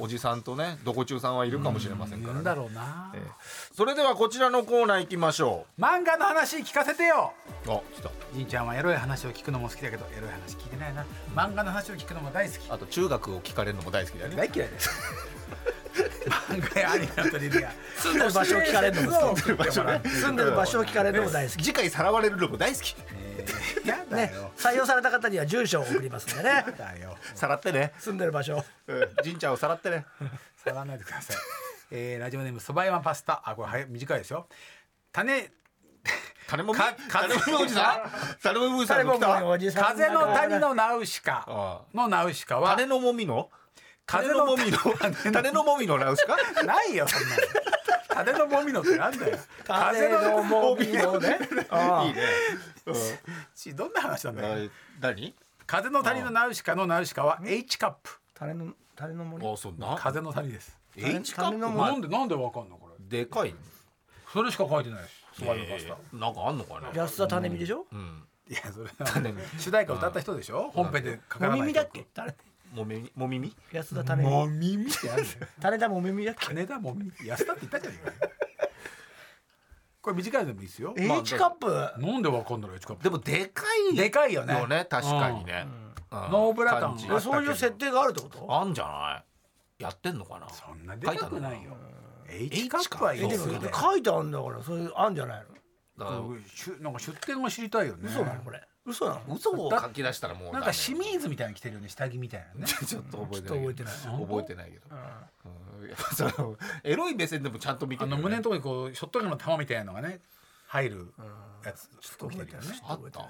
C: おおじさんとねどこ中さんはいるかもしれませんから
D: な
C: ね
D: んだろうな
C: えーそれではこちらのコーナー行きましょ
D: 漫画の話聞かせてよ
C: うあ来た
D: じんちゃんはエロい話を聞くのも好きだけどエロい話聞いてないな漫画の話を聞くのも大好き
C: あと中学を聞かれるのも大好きだよ ね
D: 大嫌いです漫画やアニメだったりや
B: 住んでる場所を聞かれるのも好き住んでる場所を聞かれるのも大好き
C: 次回さらわれるのも大好き
D: やだ
B: ね
D: よ
B: 採用された方には住所を送りますんでね
D: やだよ
C: さらってね
B: 住んでる場所
C: じんちゃんをさらってね
D: 触らないでください。えー、ラジオネームそば山パスタ。あ、これ早い短いですよ。種
C: 金もみ
D: か
C: 金もみおじさん金もみおじさんが来
B: 誰もお
C: た
B: じさん
D: 風の谷のナウシ
C: あ
D: カのナウシカは
C: 金のもみの
D: 風
C: 金
D: の
C: のもみの金のもみのラウスか
D: ないよそんなの。風のもみのってなんだよ。風
B: 風
D: の
B: の
D: も
B: もみのねあ
C: いいね
D: ちどんな話なんだよ。
C: 何
D: 風の谷のナウシカのナウシカは H カップ。
B: あ種の種の森
C: あそんな
D: 風の谷です。
C: H カップ
B: 金の
C: ま
B: も
C: あ
D: なんでなんでわかんのこれ。
C: でかい
D: それしか書いてないです。そば山パスタ。
C: えーなんかあんのかな
B: 安田種美でしょ
D: いやそれは主題歌歌った人でしょ。本編で書
B: も
D: かないと。
B: みみだっけ種
C: もみもみみ
B: 安田種
D: も
B: 美
D: みみってあるんだよ。
B: 種田もみみだっけ
D: 金田もみ安田って言ったじゃねえかこれ短いのでもいいですよ
B: H カップ
D: なんでわかんだろうエチカップ
C: でもでかい
D: でかいよね
C: よね確かにねうん
D: ノーブラ感
C: 感じ
D: も
B: そういう設定があるってこと
C: あんじゃないやってんのかな
D: そんなでかくないよ H カ
C: H
D: ップは
B: え
D: いい
B: で
D: ですよ
B: も
D: ね
B: 書いてあるんだからそういうあんじゃないの
C: だから
D: うんしゅなんか出典も知りたいよね
B: 嘘なのこれ嘘なの
C: 嘘を書き出したらもう
D: なん
C: ダメ
D: か清水みたいに着てるよね下着みたいなね
C: ちょっと覚えて
B: ちょっと覚え
C: な
B: て
C: い
B: ない
C: 覚えてないけどうんやっぱそのエロい目線でもちゃんと見て
D: あ
C: るよ
D: の
C: ね
D: 胸のところにこうショットガンの弾みたいなのがね入るやつ服着てるよね
C: あった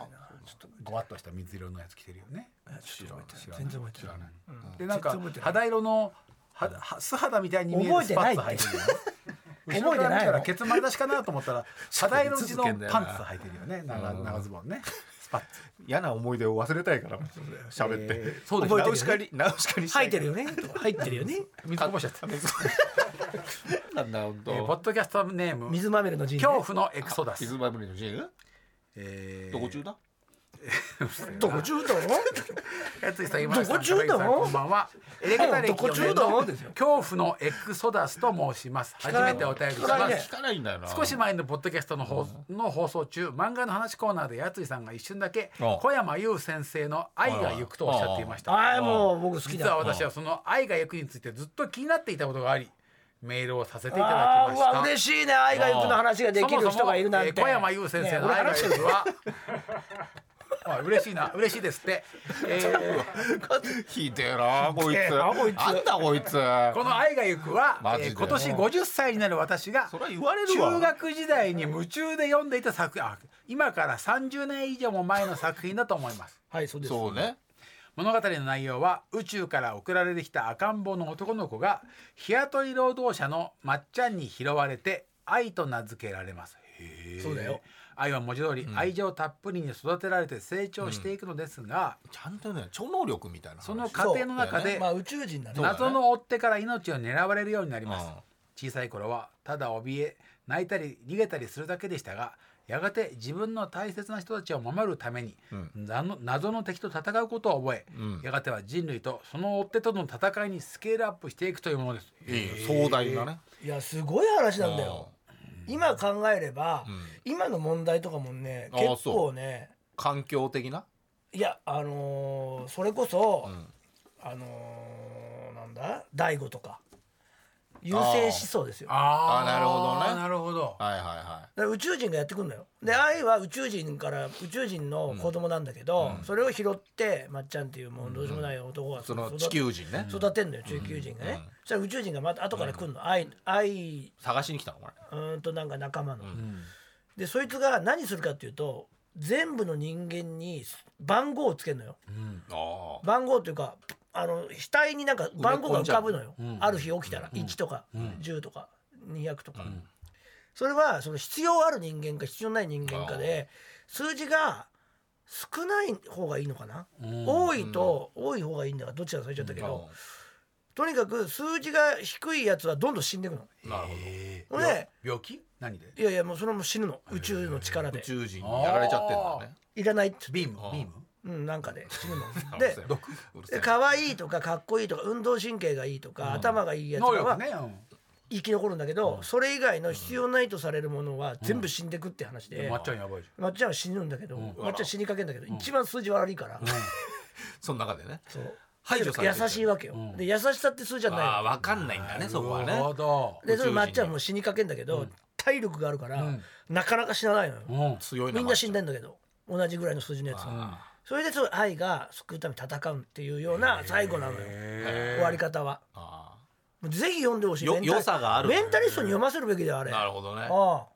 D: ごわっとした水色のやつ着てるよね
B: ちょっと覚えてない全然覚えてない
D: でなんか
B: 全然覚えてない
D: 肌色のはは素肌みたいに見える
B: 覚え
D: ス
B: て
D: パ
B: な
D: ッ
B: い
D: ツ履いてるよね
B: て
D: 後ろから見た
B: 覚
D: ら
B: えて
D: ケツ丸出しかなと思ったら肌色の地のパンツ
C: 続けんだよな
D: 履いてるよね長長ズボンねスパッツ
C: 嫌な思い出を忘れたいから喋って、
D: えー
C: そう
B: です
C: ナウシカにナウシカにした
B: 入ってるよね入ってるよね
D: 水こぼしちゃった、
C: なんだ本当、
D: えーポッドキャストネーム
B: 水まみれの人
D: 恐怖のエクソダス
C: 傷まぶりのジーン
D: えー
C: どこ中だ
B: どこ中だろ
D: やついさん今田さん
B: どこ中だ
D: 高木さんこんばんはエレガタ
B: ど
D: 歴
B: こ
D: 4
B: 中
D: 年
B: だ
D: の
B: ですよ
D: 恐怖のエクソダスと申します初
B: ない
D: めてお便りし
B: 聞か
D: ま
B: ない
D: す
B: ね
C: 聞かないんだよな
D: 少し前のポッドキャストの放,、の放送中漫画の話コーナーでやついさんが一瞬だけ
C: ああ
D: 小山優先生の「愛がゆく」とおっしゃっていました
B: ああもう僕好き
D: 実は
B: だ
D: 私はその愛がゆくについてずっと気になっていたことがありメールをさせていただ
B: あーう
D: きました
B: わ嬉しいね愛がゆくの話ができる人がいるなんて
D: そもそもえー小山優先生の
B: ね
D: 愛
B: 俺
D: が
B: 話して
D: ゆくは、 あ嬉しいな嬉しいですって、えー
C: ひでえなこい
B: ひ
C: つ
B: でえなこいつ
C: あんだこいつ
D: この愛がゆくは、
C: マジ
D: え
C: で
D: ー今年50歳になる私が
C: それは言われるわ
D: 中学時代に夢中で読んでいた作品あ今から30年以上も前の作品だと思います
B: はいそうです
C: そうね
D: 物語の内容は宇宙から送られてきた赤ん坊の男の子が日雇い労働者のまっちゃんに拾われて愛と名付けられますへー
B: そうだよ
D: 愛は文字通り愛情たっぷりに育てられて成長していくのですが、
C: ちゃんとね超能力みたいな話
D: その過程の中で
B: まあ宇宙人だね
D: 謎の追っ手から命を狙われるようになります、
C: うん
D: 小さい頃はただ怯え泣いたり逃げたりするだけでしたがやがて自分の大切な人たちを守るために、
C: うん
D: 謎の謎の敵と戦うことを覚え、
C: うん
D: やがては人類とその追っ手との戦いにスケールアップしていくというものです。
C: いい壮大なね
B: いやすごい話なんだよ今考えれば、
C: うん
B: 今の問題とかもね
C: あー
B: 結構ね
C: 環境的ない
B: やあのーそれこそ、
C: うん
B: あのーなんだ大悟とか優勢思想ですよだか
D: あ
C: ーなるほどね
D: なるほど。
C: はいはいは
B: ら宇宙人がやってくるのよで愛は宇宙人から宇宙人の子供なんだけど、それを拾ってまっちゃんっていうもうどうしようもない男が
C: いその
B: 育
C: 地球人ね
B: 育てんのよ地球人がね、そしたら宇宙人がまた後から来るの愛愛
C: 探しに来たのこれ
B: うーんとなんか仲間の、
D: うん
B: でそいつが何するかっていうと全部の人間に番号をつけるのよ
D: うん
C: あ
B: 番号というかあの額になんか番号が浮かぶのよ、
D: 埋め込んじゃううん
B: ある日起きたら1とか10とか200とか、それはその必要ある人間か必要ない人間かで数字が少ない方がいいのかな、
D: うん
B: 多いと多い方がいいんだからどっちか忘れちゃったけ
C: あ
B: ど、とにかく数字が低いやつはどんどん死んでいくの。
C: なるほど
D: えー
B: これ
D: 病気？何で？
B: いやいやもうそれも死ぬの宇宙の力
C: 宇
B: で
C: 宙人にやられちゃってんだね
B: いらないって
D: ビーム
C: あー
D: ビーム？
B: うん、なんかで死ぬ の
C: うる
B: で
C: せえうるせえ
B: で可愛いとかかっこいいとか運動神経がいいとか、頭がいいやつら
D: 能力
B: は
D: ね。うん
B: 生き残るんだけど、それ以外の必要ないとされるものは全部死んでくって話で、
D: まっちゃんやばいじ
B: まっちゃんは死ぬんだけど、
D: ん
B: まっちゃん死にかけんだけど、一番数字悪いから、
C: その中でね
B: そう
C: 排除されてる
B: 優しいわけよ、
D: うん
B: で優しさって数じゃ
C: ああ
B: ない
C: 分かん ないん
D: ゃ
C: だ
D: ん。
C: ねそこは
D: なるほ
C: ね
D: ど。
B: のでそれ
C: 宇宙人に
B: まっちゃんも死にかけんだけど、体力があるから、なかなか死なないのよ、
D: うん。
C: 強い
B: みんな死ん
C: だ
B: でんだけど同じぐらいの数字のやつはそれでその愛が救うために戦うっていうような最後なのよ、終わり方は。
C: あ
B: ぜひ読んでほしい
C: よ
B: メンタリ
C: 良さがある
B: メンタリストに読ませるべきだよあ
C: あ
B: れ
C: なるほどね
B: ああ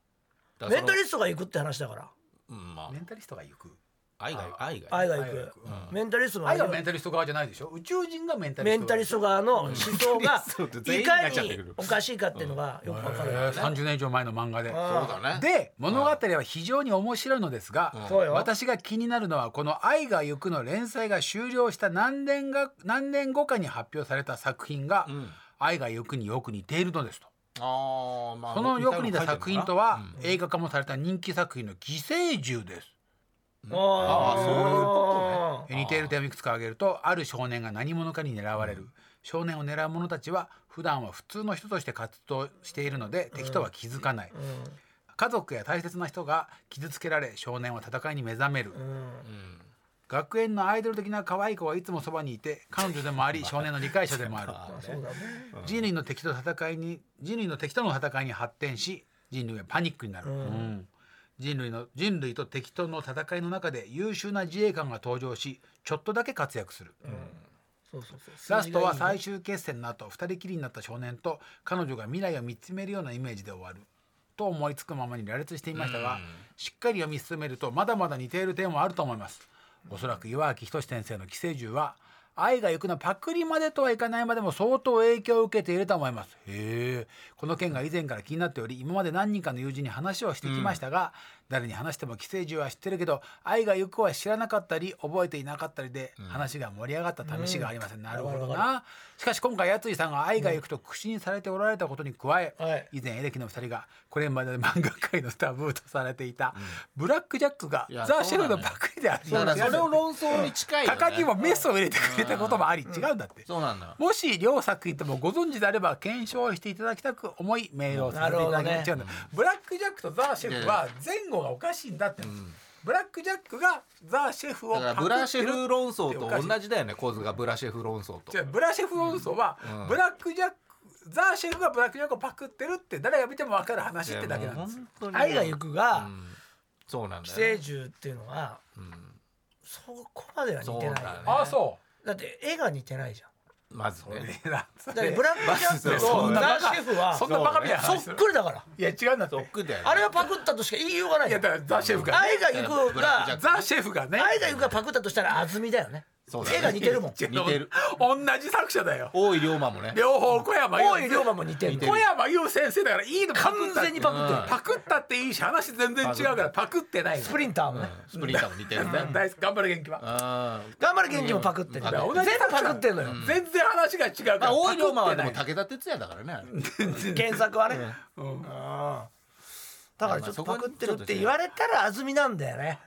C: だか
B: メ
C: ら
B: ン
C: その
B: タリストが行くって話だから
C: うんま
D: メンタリストが行く。
C: あ愛が愛が
B: 愛が
D: 愛
B: 行
D: が
B: く
D: 行く
B: メンタリストの
D: 愛はメンタリスト側じゃないでしょ。宇宙人がメンタリ
B: メ
D: ス
B: ン
D: ト側。
B: タリスト側の思想が
C: そうだ全
B: い
C: 員にな
B: か
C: っちゃっ
B: に
C: てくる
B: おかしいかっていうのがよくわかるよね
D: 三十年以上前の漫画で。
B: あ
C: そうだね
D: で物語は非常に面白いのですが、
C: うん
B: そうよ
D: 私が気になるのはこの「愛がゆく」の連載が終了した何年が何年後かに発表された作品が「
C: うん
D: 愛がゆく」によく似ているのですと。
C: ああまあ
D: そのよく似た作品とは
C: うん
D: 映画化もされた人気作品の「寄生獣」です。
C: ああそういう
B: こ
D: 似ている点をいくつか挙げるとある少年が何者かに狙われる、少年を狙う者たちは普段は普通の人として活動しているので敵とは気づかない、家族や大切な人が傷つけられ少年は戦いに目覚める、
C: うん
D: 学園のアイドル的な可愛い子はいつもそばにいて彼女でもあり少年の理解者でもある人類の敵と戦いに人類の敵との戦いに発展し人類はパニックになる、うん人類の人類と敵との戦いの中で優秀な自衛官が登場しちょっとだけ活躍する、
B: そうそうそう
D: ラストは最終決戦の後二人きりになった少年と彼女が未来を見つめるようなイメージで終わると思いつくままに羅列していましたが、しっかり読み進めるとまだまだ似ている点はあると思いますおそらく岩脇仁先生の寄生獣は愛が行くのパクリまでとはいかないまでも相当影響を受けていると思いますへえこの件が以前から気になっており今まで何人かの友人に話をしてきましたが、誰に話しても寄生獣は知ってるけど愛が行くは知らなかったり覚えていなかったりで話が盛り上がった試しがありません、なるほどなしかし今回やついさんが愛が行くと口にされておられたことに加え、
B: はい
D: 以前エレキの2人がこれまで漫画界のタブーとされていた、ブラック・ジャックが
C: いや
D: ザ・シェルの
C: そうなのよ
D: パクリであり
C: だからそれを論争に近いよね
D: 高木もメスを入れてくれたこともあり違うんだって
C: そうなんだ
D: もし両作品ともご存知であれば検証していただきたく思いメールをさせていただきました、ブラック・ジャックとザ・シェフは前後がおかしいんだって、ブラック・ジャックがザ・シェフを
C: だからブラシェフ論
D: っ
C: 争
D: てお
C: と
D: かしい
C: 同じだよね構図がブラシェフ論争と
D: じゃあブラシェフ論争は、ブラック・ジャックザ・シェフがブラック・ジャックをパクってるって誰が見ても分かる話ってだけなんですよ
B: 愛が行くが
C: うんそうなんだ
B: 寄
C: よね
B: 生獣っていうのはそこまでは似て
C: そ
B: な
C: うだ
B: いよ
C: ね
B: ね
D: ああそ
B: だって絵が似てないじゃん
C: まず
D: う、
C: ね
B: だってブラックジャック
C: そ
B: と
C: う
B: ザ・シェフは
D: そ
B: そ
D: んなバカみたいな話す
B: っ
D: る
B: くりだから
D: いや違うんだって
C: ロックだよね
B: あれはパクったとしか言いようがない
D: い
B: じゃ
D: や
B: ん
D: だからザ・シェフが、
B: 愛が行くが
D: ザ・シェフがね
B: 愛が行くがパクったとしたら安住だよね
C: そうだね
B: 絵が似てるもん
D: 違う
C: 似てる
D: 同じ作者だよ
C: 大井龍馬もね
D: 両方小山
B: 大井龍
D: 優
B: 馬も似てる
C: 似て
D: 小山優先生だからいいの
B: 完全にパクってる
C: うん
D: パクったっていいし話全然違うからパクってないの
B: スプリンターもね
C: スプリンターも似てるね
D: だ 大好き頑張れ元気は
C: あー
B: 頑張れ源氏もパクってる
C: うん
B: 全部
D: 同じ
B: パクってるのよ
D: 全然話が違うから
C: まあ大井龍馬はで
D: パク
C: も
D: ってない
C: 武田鉄矢だからね
B: 原作はね
D: うん
B: うんだからちょっとパクってるって言われたら安みなんだよね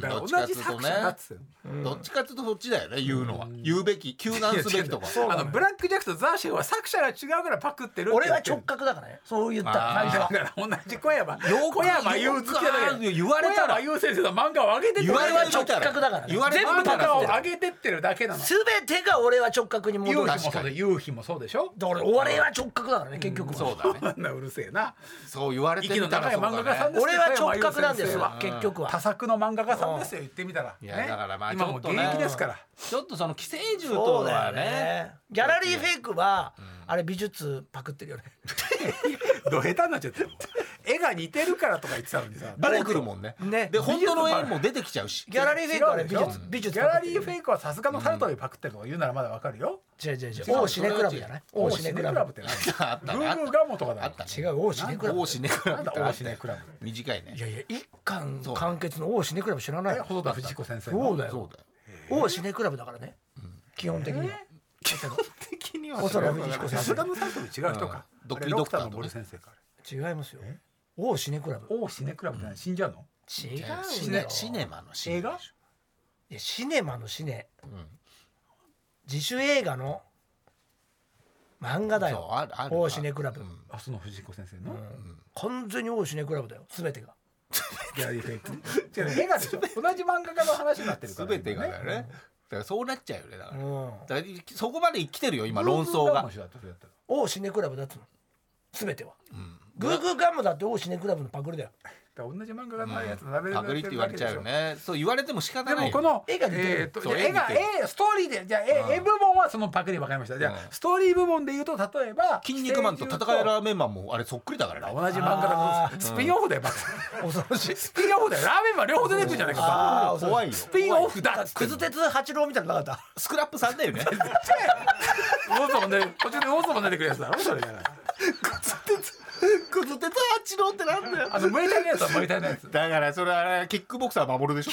D: だから同じ作者だっつうの
C: どっちかっていうとそっちだよね言うのは言うべき救難すべきとか
D: いや違うあのブラック・ジャックとザーシェフは作者が違うからパクってるって言って
B: 俺
D: る
B: は直角だからねそう言った最初
D: だ
B: は
D: から同じ小山小山優好きだから
E: 言われたら
D: 小山優先生の漫画を上げてって
C: 言われ
B: 俺は
C: て
B: 直角だからね
C: 言われ
D: 全部
C: た
D: パタ
C: ら
D: ーンを上げてってるだけなの
B: 全てが俺は直角に戻
D: 夕
B: る
D: 日も
B: だか
D: そうで夕日もそうでしょ
B: ら俺は直角だからね結局は
C: そうだね
D: あんなうるせえな
C: そう言われて
D: 息
C: み
D: の
C: た
D: 長
C: ら
D: い
C: そう
D: 漫画家
C: だ
D: さん
C: ね
D: ですよ
B: 俺は直角なんですわ
D: 小山
B: 結局
D: 多
B: は
D: 作の漫画家さんですよ言ってみたら
C: いやだからまあ
D: 今も現
C: ちょっとね
D: 役です から
C: ちょっとその寄生獣と
B: そうだ
C: は
B: よ
C: ね
B: ねギャラリーフェイクはあれ美術パクってるよね
D: ど下手になっちゃってるもん絵が似てるからとか言ってたのにさ
C: 出てくるもんね
B: ね
C: で本当の絵も出てきちゃうし
B: ギャラリーフェイクはあれ
D: 違
B: 美
D: うでしょ
B: 術美術
D: ギャラリーフェイクはさすがのタルトでパクってるとか言うならまだわかるよ
B: 違う違う違う大シネクラブじゃない大シネクラブ
D: って
C: あった
D: 何
C: ねあ
D: グ
C: っ
D: ーグ
C: た
D: ーガモとかだ
C: あ
D: よ
C: ったね
B: 違う大シネクラブ
C: 大シネクラ
D: な
C: ブ
D: んだ大シネクラブ
C: 短いね
B: いやいや一巻完結の大シネクラブ知らない
D: え
B: の
D: 細田藤子先生の
B: そうだ
C: そう
B: よ
C: だよ
B: 大シネクラブだからね基本的には
D: 的には
B: 細田藤子
D: さ
B: 先
D: す
B: 生
D: がのタルトで違う人か
C: う
D: あれ
C: んドッキリドクター
D: ロの
C: とかね
D: ボル先生か
B: 違いますよ大シネクラブ
D: 大シネクラブって何死んじゃうの
B: 違うよ
C: シネシネマのシネ
D: 映画
B: いやシネマのシネ、
C: ん
B: 自主映画の漫画だ
C: そう
B: よ
C: あるある
B: 大シネクラブ、
C: うん
D: あその藤子先生の
B: 完全に大シネクラブだよ全てが
D: ギャラリーフェイク違う映画でしょ同じ漫画家の話になってるから
C: 全てがだよねだからそうなっちゃうよねだか
B: う
C: ら
B: ん
C: だからそこまで来てるよ今
D: 今
C: 論争
D: グーグー
C: が
D: ガモ氏だってそれだったら
B: 大シネクラブだっつうの全ては、グーグーガムだって大シネクラブのパクリだよ
D: だから同じ漫画家のやつ並べる
C: パクリって言われちゃうよねそう言われても仕方
D: で
C: な
D: も
C: いよ
D: この
B: 絵が似てる
D: えーと
C: そう
D: じゃあ絵が
C: 絵似て
D: 絵ストーリーでじゃあ絵,、絵部門はそのパクリわかりましたじゃあ、
C: うん
D: ストーリー部門で言うと例えば
C: 筋肉マンと戦えラーメンマンもあれそっくりだから
D: 同
C: ね
D: じ漫画
B: あ
D: だスピンオフだよ、バカ
B: 恐ろしい
D: スピンオフだよラーメンマン両方出てくるじゃないかバ
C: あー怖いよ
D: カスピンオフだっつって
B: ク
D: んの
B: ズ鉄八郎みたいなのなか った
C: スクラップさんだよね
D: ウォーズもね途中でウォーズも出てくるやつだろそれ
C: クズ鉄八郎ってなんだよ
D: あのムエタイのやつはムエタイのやつ
C: だからそれあれキックボクサー守るでしょ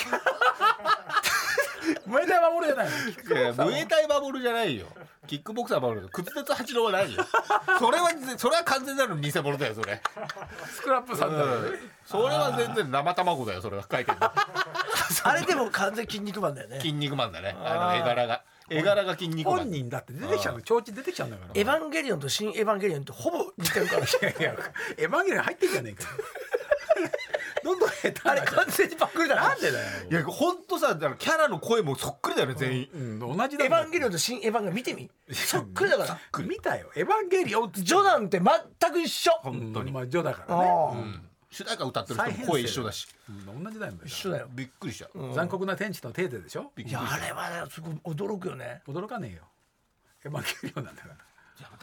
D: ムエタイ守るじゃない
C: いやムエタイ守るじゃないよキックボクサー守るクズ鉄八郎はないよそれはそれは完全なる偽物だよそれ
D: スクラップさんだよね
C: それは全然生卵だよそれは書いてるの
B: あれでも完全筋肉マンだよね
C: 筋肉マンだねあの絵柄が絵柄が筋肉マ
D: 本
C: ン
D: 人だって出てきちゃうの提灯出てきちゃうんだから
B: エヴァンゲリオンと新エヴァンゲリオンってほぼ似てるから
D: いやエヴァンゲリオン入ってんじゃねえかどんどん下手
B: あ
D: な
B: れ完全にパクリだな
D: なんでだよ
C: いやほんとさだからキャラの声もそっくりだよね全員
D: うん、同じだ
B: エヴァンゲ
D: リ
B: リオンと新エヴァンゲリオン見てみそっくりだから
D: オン見たよエヴァンゲリオンって
B: ジョナンって全く一緒
C: 本当に
D: まあジョだか
B: あ
D: らね、
B: ー
C: 主題歌歌ってる人も声一緒だし
D: うん、同じだよ
B: 一緒だよ
C: びっくりしちゃう
D: 残酷な天地のテーゼでしょ
C: びっくり
B: い
C: し
B: や
C: た
B: あれはねすごい驚くよね
D: 驚かねえよエヴァンゲリオンなんだから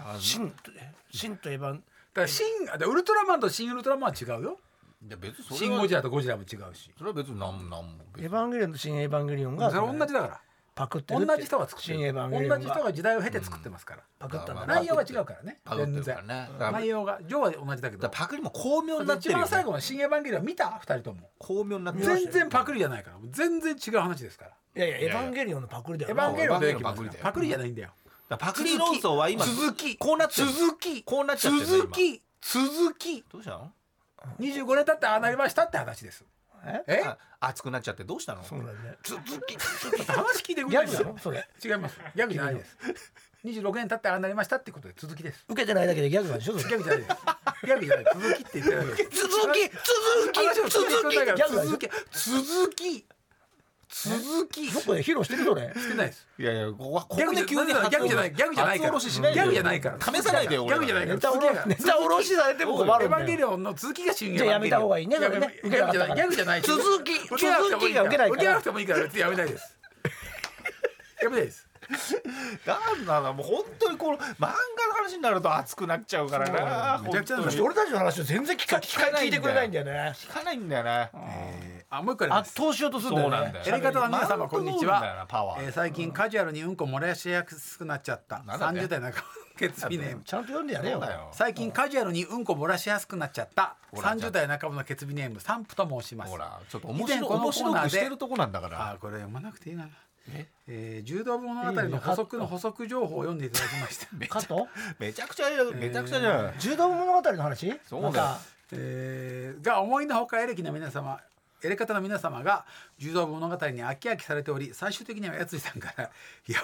D: だか
B: シンとシンとエヴァン
D: ら新あでウルトラマンと新ウルトラマンは違うよ
C: いや別にそ
D: 新
C: れは
D: ゴジラとゴジラも違うし
C: それは別になんなんも別
B: エヴ
C: に
B: ァンゲリオンと新エヴァンゲリオン
D: そ
B: が
D: れは同じだか
B: パクってるっ
D: ら
B: て
D: 同じ人が作って
B: 新エヴァンゲリ
D: る
B: オ
D: 同
B: ン
D: じ
B: が
D: 人が時代を経て作ってますから、
B: パクったんだ
C: まあ
B: な
D: 内容は違うからね
C: パクって
D: 全
C: るから
D: 然、
C: ねだから
D: 内容がジョーは同じだけ
C: だ
D: ど
C: からパクリも巧妙になって
D: 一
C: るよ、ね、
D: 番最後の新エヴァンゲリオン見た二人とも
C: 巧妙になってる
D: 全然パクリじゃないから全然違う話ですから
B: いやいやエヴァンゲリオンのパクリだ
D: エ
B: よ
D: ヴァンゲリオン出てきま
C: パ
D: す
C: クリ
D: か
C: だ
D: ら
C: よ
D: パクリじゃないんだよ
C: だからパクリ論争は今
D: 続き
C: こうなってる
D: 続き
C: こうなっちゃってる
D: 続き続き
C: どうしたの
D: 25年経ってああなりましたって話です
B: え
D: え
C: あ熱くなっちゃってどうしたの
B: そうだね
C: 続き
D: 話聞いてく
B: ギ
D: れ
B: ャ
D: ない
B: グ
D: で
B: な
D: す
B: のそれ
D: 違いますギャグじゃないです26年経ってああなりましたってことで続きです
B: 受けてないだけでギャグなんでしょそれ
D: ギャグじゃないですギャグじゃない続きって言ってないで す
B: 続き続き
D: 話を
B: 続
D: 聞いてく
B: き
D: れない
B: ギ
D: から
B: ャグなんでしょ
D: 続き続き続き
B: どこで披露してるそれ
D: してないです
C: いやいやここはここ
D: ギャグじ
C: で
D: ゃ
C: 急に
D: ギャグじゃないギャグじゃないから
C: 初おろししないで
D: ギャグじゃないから
C: 試さないでよ
D: ギャグじゃない
C: 俺
D: か
C: ら
B: ネタおろ
D: ら
B: ネタおろしされても困
D: エ
B: るん
D: ヴァン
B: だ
D: ゲ
B: よ
D: リオンの続きが新エヴァンゲ
B: じゃ
D: リオン
B: あやめた方がいいね
D: やめ
B: それね
D: ギャグじゃないギャグじゃない
B: 続き
D: 受けなくてもい
B: 続き
D: いから
B: が受けないから
D: 受けなくてもいいから別にやめないですやめな いです
C: なんだろうもう本当にこの漫画の話になると熱くなっちゃうからな
D: めちゃくちゃ
C: 本当に
B: 俺たちの話を全然聞か聞か聞いてくれないんだよね
C: 聞かないんだよね
D: あもう一個あります
B: 圧倒しようとするんだ
C: そう
B: よ
C: な
B: ね
C: んだよ
D: エレガタの皆様こんにちは
C: パワ
D: えー
C: ー
D: 最近カジュアルにうんこ漏らしやすくなっちゃった
C: なんだっ
D: 三
C: て
D: 十代半ばの 決意ネーム
B: ちゃんと読んでやれよ
C: そうだよ
D: 最近カジュアルにうんこ漏らしやすくなっちゃった
C: ほら
D: 三十代半ばの決意ネームサンプと申します
C: ほらちょっと
D: 以
C: 面
D: 前
C: 白
D: このコー
C: 面白
D: ナー
C: く
D: で
C: してるとこなんだか
D: あ
C: ら
D: ーこれ読まなくていいなえー柔道物語の補足の補足情報を読んでいただきました
B: カット
C: めちゃくちゃめちゃくちゃじゃん
B: 柔道物語の話
C: そうだ
B: ま
C: よ
B: た
D: えーが思いのほかエレキの皆様エレ方の皆様が柔道物語に飽き飽きされており最終的にはやついさんから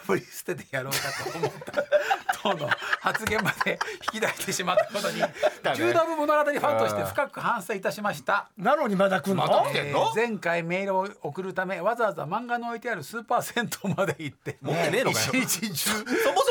D: 破り捨ててやろうかと思ったとの発言まで引き出してしまったことに、
C: たね
D: 柔道部物語ファンとして深く反省いたしました。
B: なのにまだ来んの、
C: また来てんの
D: えー前回メールを送るためわざわざ漫画の置いてあるスーパー銭湯まで行って
C: 持ってねえのかよ
D: 一日中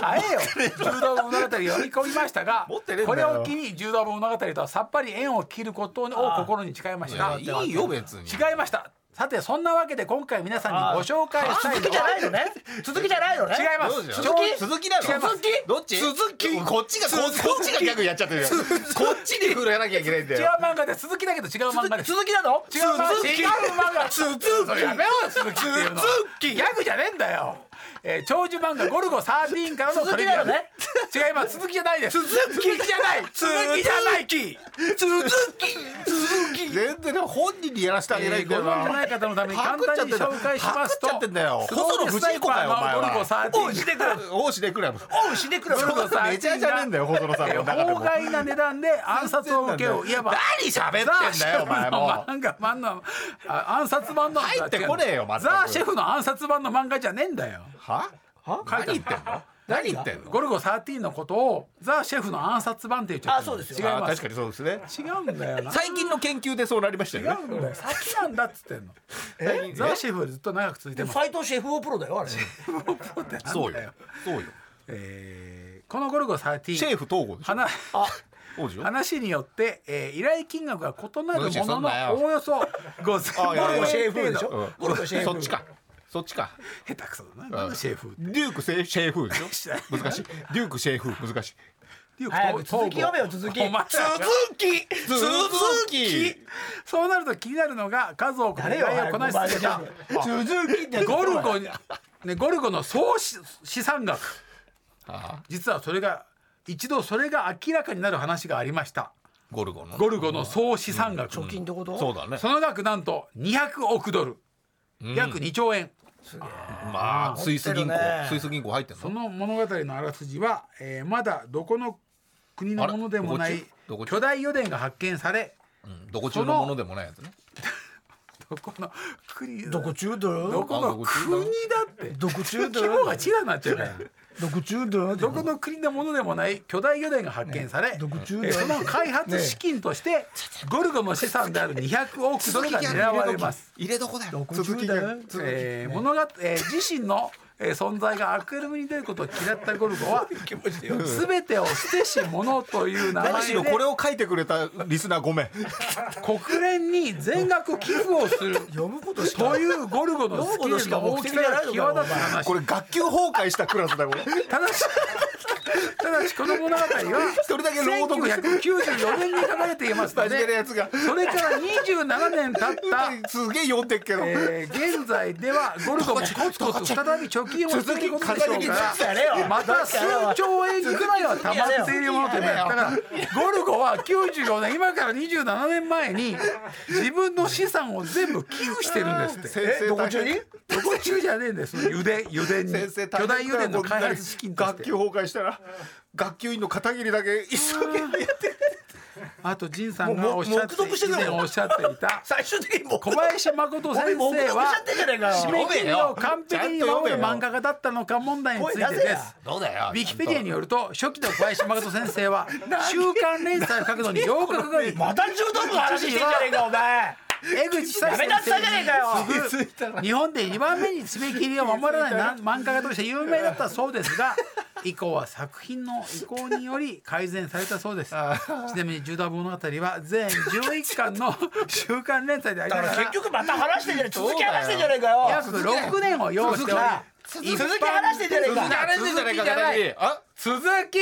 D: 耐えよ柔道部物語を読み込みましたが
C: 持ってねえん
D: こ
C: だ
D: れ
C: よ
D: を機に柔道部物語とはさっぱり縁を切ることを心に誓いました
C: いやいいよ別に
D: 違いましたさてそんなわけで今回皆さんにご紹介したい
B: 続き
D: の
B: じゃ
D: は
B: ないのね 続きじゃないのね
D: 違いま
C: どう
D: す
C: じゃ
D: 正直
C: 続きなの
D: 違います
C: どっち
D: 続き
C: こっちがここっちがギャグやっちゃってるよこっちに振らなきゃいけないんだ
D: 違う
C: よ
D: 漫画で続きだけど違う漫画です
B: 続きなの
D: 違う漫画
B: 続き
D: 違う漫画
C: 続き
D: やめろよ鈴木っていうのギャグじゃねえんだよ、えー、長寿漫画「ゴルゴ13」からのトリビ
B: 鈴木だよ
D: ア
B: ね
D: 違います鈴木じゃないです鈴木じゃない鈴木じゃない
C: 全然でも本人にやらせてあげないんだよ
D: ご存じな
C: ない
D: 方のために簡単に紹介しますと
C: パクっちゃってんだよ
D: スローでスナイパーのゴルゴ
C: おう
D: 13
C: してくれおうしてくれ
B: おうしでくれ
D: ゴルゴ13
C: メジャーじゃねえんだよ細野さんの中で
D: 法
C: も
D: 外な値段で暗殺を受け よういわば
C: 何喋ってんだよお前も
D: 漫画版のあ暗殺版の
C: 入ってこねえよ全く
D: ザ・シェフの暗殺版の漫画じゃねえんだよ
C: はは何言ってんの何言ってんの
D: ゴルゴ13のことをザ・シェフの暗殺版って言っちゃっ
B: あ
D: てる
B: そうですよ
D: 違い
C: あ
D: ます
C: 確かにそうですね
D: 違うんだ よな
C: 最近の研究でそうなりましたよ
D: 違
C: ね
D: うんだよ先なんだっつって んのザ・シェフずっと長く続いて
B: フ
D: ます
B: ァイトシェフオプロだよあれ
C: そうよそうよ
D: えーこのゴルゴ
C: シェ
D: 13
C: ーフ統合でしょ
D: 話
C: 王子 よ
D: 話によって、えー依頼金額が異なる
C: 無視
D: も
C: す
D: の
C: ん
D: の
C: なよ
D: おおよそ
C: あいや
D: 5000
C: いや
D: 円
C: シェ
B: ーフー
D: 程
B: でし
D: 度
B: ょ
C: うん
B: ゴルフシェーフ
C: そっちかそっちか
D: 下手くそだななんでシェフって
C: デュークシェシェーフーでしょ難しいデュークシェーフー難しい
D: いう
B: 早く
D: と
B: 続き読めよ続き
D: お前
C: き続き
D: そうなると気になるのが数多くの依
B: 誰よ
D: 頼をこなし続けた
B: 続きって
D: ゴルゴに、ね、ゴルゴの総資資産額実はそれが一度それが明らかになる話がありました
C: ゴルゴの
D: ゴルゴの総資産額、
B: 貯金ってこと
C: そうだね
D: その額なんと200億ドル、約2兆円
C: まあスイス銀行
B: 持ってるね
C: スイス銀行入ってん
D: そ
C: の
D: の物語のあらすじは、えーまだどこの国のものでもな
C: あ
D: い
C: れどこ
D: 巨
C: 中どこ中
D: 大油田が発見され
C: うんどこ中のものでもないやつね
D: どこの国
B: どこ中だ
D: ど
B: よ
D: この国だって
B: どこ中だ
D: 規模
B: よ
D: が違うなっちゃうから
B: どこ中だよ
D: どこの国のものでもない巨大油田が発見され、
B: どこ中だ
D: え
B: よ
D: その開発資金としてゴルゴの資産である200億ドルが狙われます。
C: 入れどこだ
B: ど
C: よ
B: こ中だよ
D: えー物語えー自身のえー存在が明るみに出ることを嫌ったゴルゴは全てを捨てし者という名
C: 何
D: 前
C: し
D: で
C: ろこれを書いてくれたリスナーごめん
D: 国連に全額寄付をする
B: 呼ぶことしか
D: というゴルゴのスキルの大きさが際立つ話
C: これ学級崩壊したクラスだこ れ
D: ただし ただしこの物語は
C: 一人だけ朗読して
D: 1994年に書かれていますの
C: 真面目な
D: で
C: やつが
D: それから27年経 った、
C: すげえ読んでっけど
D: えー現在ではゴルゴもコツコツ再び貯金を続けることでしょうからまた数兆円ぐらいは溜まっているものというのはだからゴルゴは94年今から27年前に自分の資産を全部寄付してるんですって。
C: 先生
B: どこ中に
D: どこ中じゃねえんです油田油田に
C: 先生
D: 巨大油田の開発資金として
C: 学級崩壊したら学級委員の片桐だけ一生懸命
D: あと仁さんがおっしゃって
B: もう黙読して
D: 以
B: くれ
D: 前
B: よ
D: おっしゃっていた
B: 最終的にもう
D: 小林誠先
B: もう
D: 生
B: しちゃ
D: は
B: ってんじゃねえか
D: 締め切りを完璧に守る
C: ちゃ
D: 漫
C: ん
D: 画
C: と
D: 家だったのか問題について
B: 声出せ
D: で
B: や
D: す。
C: どうだよ
D: ウィキペディアによると初期の小林誠先生 は週刊連載を書くのに8日かかり
B: また中途の話してんじゃねえかお前
D: 江口久
B: やめなっつ
D: 志
B: った
D: 先
B: じゃねえ
D: 生
B: かよ
D: 日本で2番目に爪切りを守らないな漫画家として有名だったそうですが 以降は作品の意向により改善されたそうですちなみに「柔道物語」は全11巻 の週刊連載であり
B: だか
D: なが
B: ら
D: ら
B: 結局また話してんじゃねえ続き話してんじゃねえかよ
D: 約6年を要しており
B: 続き話してんじゃねえか
C: 続きじゃないか片桐あ
D: 続き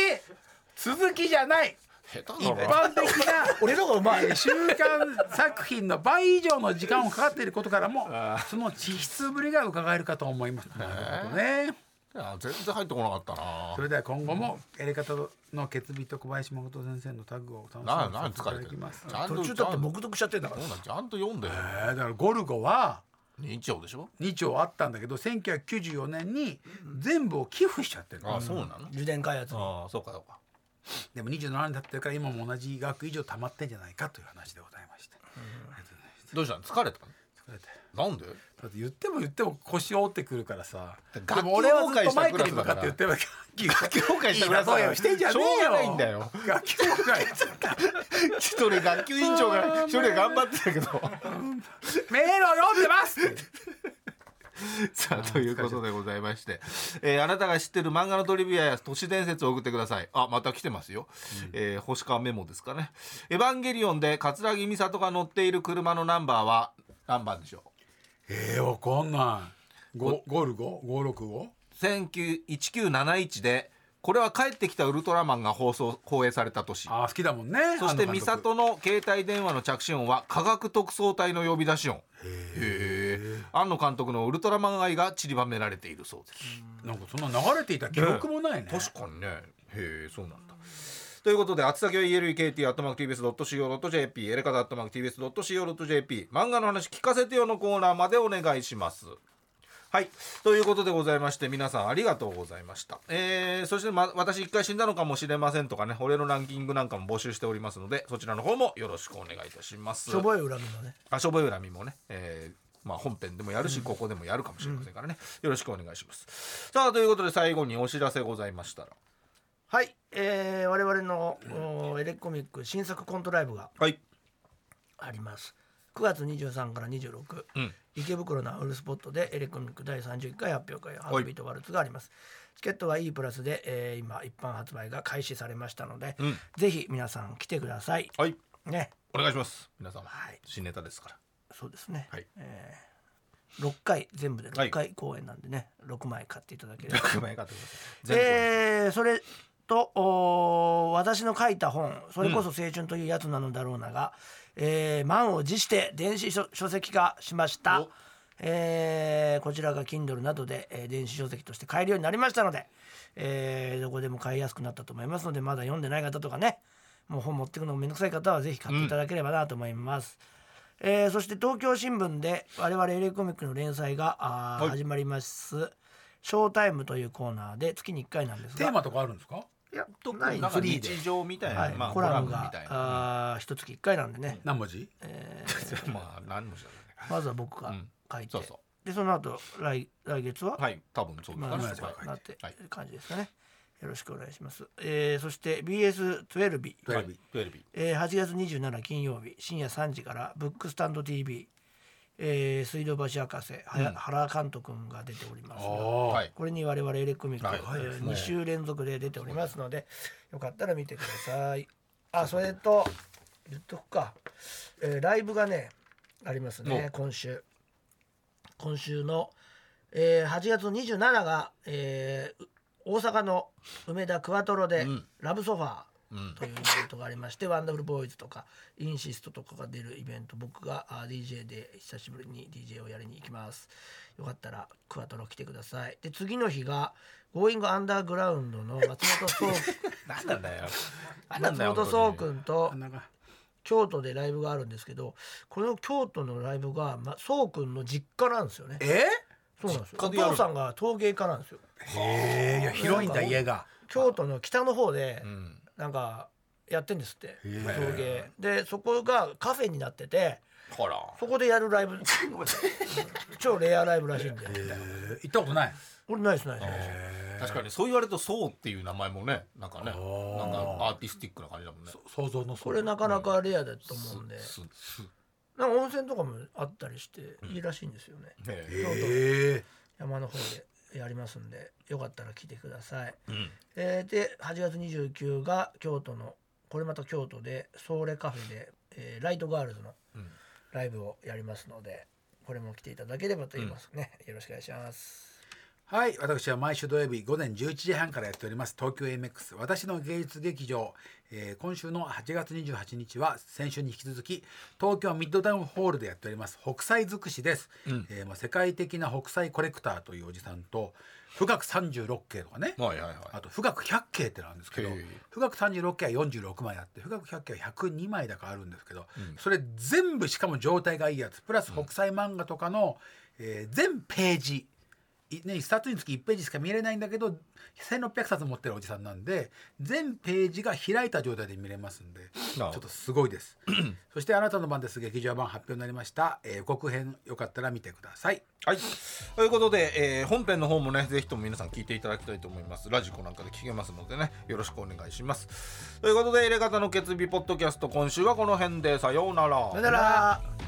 D: 続きじゃない
C: 下手
D: 一
C: だろ
D: 般的な
B: 俺の方がうまい
D: えー週刊作品の倍以上の時間をかかっていることからもその地質ぶりが伺えるかと思います。なるほどね。
C: あ全然入ってこなかったな
D: それでは今後もやり方の決備と小林誠先生のタッグを楽しみに
C: なな
D: させ
C: ん
D: てい
C: 疲
D: た
C: れ
D: だ
C: て
D: き
C: る
D: ます。
C: ちゃんと
B: 途中だって黙読しちゃってんだから
C: そうなんちゃんと読んで
D: えーだからゴルゴは
C: 二丁でしょ
D: 2兆あったんだけど1994年に全部を寄付しちゃってるの
C: あそうなの
B: 受電開発
C: あそうかそうか
D: でも27年経ってるから今も同じ額以上溜まってんじゃないかという話でございました。ありがとうございます
C: どうしたの疲れた
D: 疲れた
C: のなんで
D: だって言っても言っても腰を折ってくるからさ
C: 楽器
D: でも俺はずっとマイク
C: 崩壊
D: に
C: した
D: 向
C: ク
D: か
C: ラス
D: って
C: だから
D: 言っても楽器崩
C: 崩壊したクラスだから
D: をしてんじゃねえよ
C: しょうがないんだよ
D: 楽器崩壊しちゃった
C: 一人学級委員長が一人で頑張って たけど
D: メールを読んでます って
C: さあということでございまして、えーあなたが知ってる漫画のトリビアや都市伝説を送ってくださいあまた来てますよ、えー星川メモですかね「エヴァンゲリオン」で桂木美里が乗っている車のナンバーは何番でしょう
D: ええわかんないゴゴルゴ五六五
C: 19 1971でこれは帰ってきたウルトラマンが放送放映された年
D: あー好きだもんね
C: そして
D: 安野
C: 美
D: 監督
C: 里の携帯電話の着信音は科学特捜隊の呼び出し音へえ庵野監督のウルトラマン愛が散りばめられているそうです
D: なんかそんな流れていた記憶もないね
C: 確かにねへえそうなんだということで、厚先は elekt.tbs.co.jp、エレカタ .tbs.co.jp、漫画の話聞かせてよのコーナーまでお願いします。はい。ということでございまして、皆さんありがとうございました。えー、そして、ま、私一回死んだのかもしれませんとかね、俺のランキングなんかも募集しておりますので、そちらの方もよろしくお願いいたします。
B: しょぼい恨みのね
C: あしょぼい恨みもね、えーまあ、本編でもやるし、ここでもやるかもしれませんからね、よろしくお願いしますさあということで最後にお知らせございましたら
B: はい、えー、我々の、おエレコミック新作コントライブが
C: はい
B: あります9月23から26、
C: ん
B: 池袋のアウルスポットでエレコミック第31回発表会「ハ
C: い
B: ートビートワルツ」がありますチケットは E プラスで、えー今一般発売が開始されましたので、
C: ん
B: ぜひ皆さん来てください
C: はい
B: ね
C: お願いします皆様、
B: はい
C: 新ネタですから
B: そうですね、
C: はい
B: えー、6回全部で
C: は
B: 6
C: い
B: 回公演なんでね、6枚買っていただけれ ば
C: 6枚買ってください全部、
B: えーそれとおー私の書いた本それこそ青春というやつなのだろうなが、えー満を持して電子書書籍化しました
C: お、
B: えーこちらが Kindle などで、えー電子書籍として買えるようになりましたので、えーどこでも買いやすくなったと思いますのでまだ読んでない方とかねもう本持ってくのもめんどくさい方はぜひ買っていただければなと思います、えーそして東京新聞で我々エレコミックの連載があー、
C: はい
B: 始まります「ショータイム」というコーナーで月に1回なんですが
D: テーマとかあるんですか
B: いや
C: 特
B: ない
C: になん
B: フ
C: か
B: リー
C: 日常みたいな、
B: はい
C: まあ
B: コラム
C: コラム
B: が
C: みたいな
B: あー一月1回なんでね、
D: 何文字
B: え
C: まあ何もしない
B: ーまずは僕が
C: うん
B: 書いて、
C: そうそ
B: でその後来来月は、
C: うはい多分そう
B: ま
C: だ
B: あ、
C: か
B: な
C: ら、
B: ん
C: は
B: とか
C: い
B: なって
C: はい
B: 感じですかね、よろしくお願いします、えーそして BS12
D: ト
C: は
D: レ
C: い
D: ビ
C: テレビ
B: えー8月27金曜日深夜3時から「ブックスタンド TV」えー水道橋博士、はや原監督君が出ておりますが
D: あ
C: は
D: あ
C: い
B: これに我々エレコミック、
C: はい
B: え
C: はい
B: 2週連続で出ておりますのでよかったら見てくださいあそれと言っとくか、えーライブがねありますね今週今週の、えー8月27が、えー大阪の梅田クワトロで、
C: ん
B: ラブソファー
C: うん
B: というイベントがありまして、ワンダフルボーイズとかインシストとかが出るイベント僕があ DJ で久しぶりに DJ をやりに行きますよかったらクワトロ来てくださいで次の日が「Going アンダーグラウンドの松本壮
C: 何なんだよ 何なん
B: 松
C: だよ
B: 本壮
C: 本
B: 君と
D: なんか
B: 京都でライブがあるんですけどこの京都のライブが、ま、壮君の実家なんですよね
D: え
B: そうなんですよ
C: 実
B: お
C: 家でやる
B: 父さんが陶芸家なんですよ
D: えいや広いんだ家が
B: 京都の北の方で
C: 当にうん
B: なんかやってんですって陶
D: ー
B: 芸でそこがカフェになってて
C: ほら
B: そこでやるライブ超レアライブらしいんで
D: え行ったことない
B: 俺ないですないです
C: 確かにそう言われると「そう」っていう名前もねなんかねなんか
D: ー
C: アーティスティックな感じだもんね
D: 想像のそ
B: これなかなかレアだと思うんでなんか温泉とかもあったりしていいらしいんですよね
C: ね
D: え
C: え
B: 山の方でやりますんでよかったら来てください、
C: ん
B: えーで8月29が京都のこれまた京都でソーレカフェで、えーライトガールズの
C: ん
B: ライブをやりますのでこれも来ていただければと言いますね、よろしくお願いします
D: はい私は毎週土曜日午前11時半からやっております東京 AMX 私の芸術劇場、えー今週の8月28日は先週に引き続き東京ミッドタウンホールでやっております北斎尽くしです、えーまあ、世界的な北斎コレクターというおじさんと深く36景とかね、
C: はいはいはい
D: あと富岳100景ってなんですけど
C: へえ
D: 富岳36景は46枚あって富岳100景は102枚だかあるんですけど、それ全部しかも状態がいいやつプラス北斎漫画とかの、えー全ページいね、一冊につき1ページしか見れないんだけど1600冊持ってるおじさんなんで全ページが開いた状態で見れますんでちょ
C: な
D: っとすごいです そして「あなたの番です」劇場版発表になりました、えー予告編よかったら見てください
C: はい、ということで、えー本編の方もねぜひとも皆さん聞いていただきたいと思いますラジコなんかで聞けますのでねよろしくお願いしますということで「入れ方の決意ポッドキャスト」今週はこの辺でさようなら
B: さよなら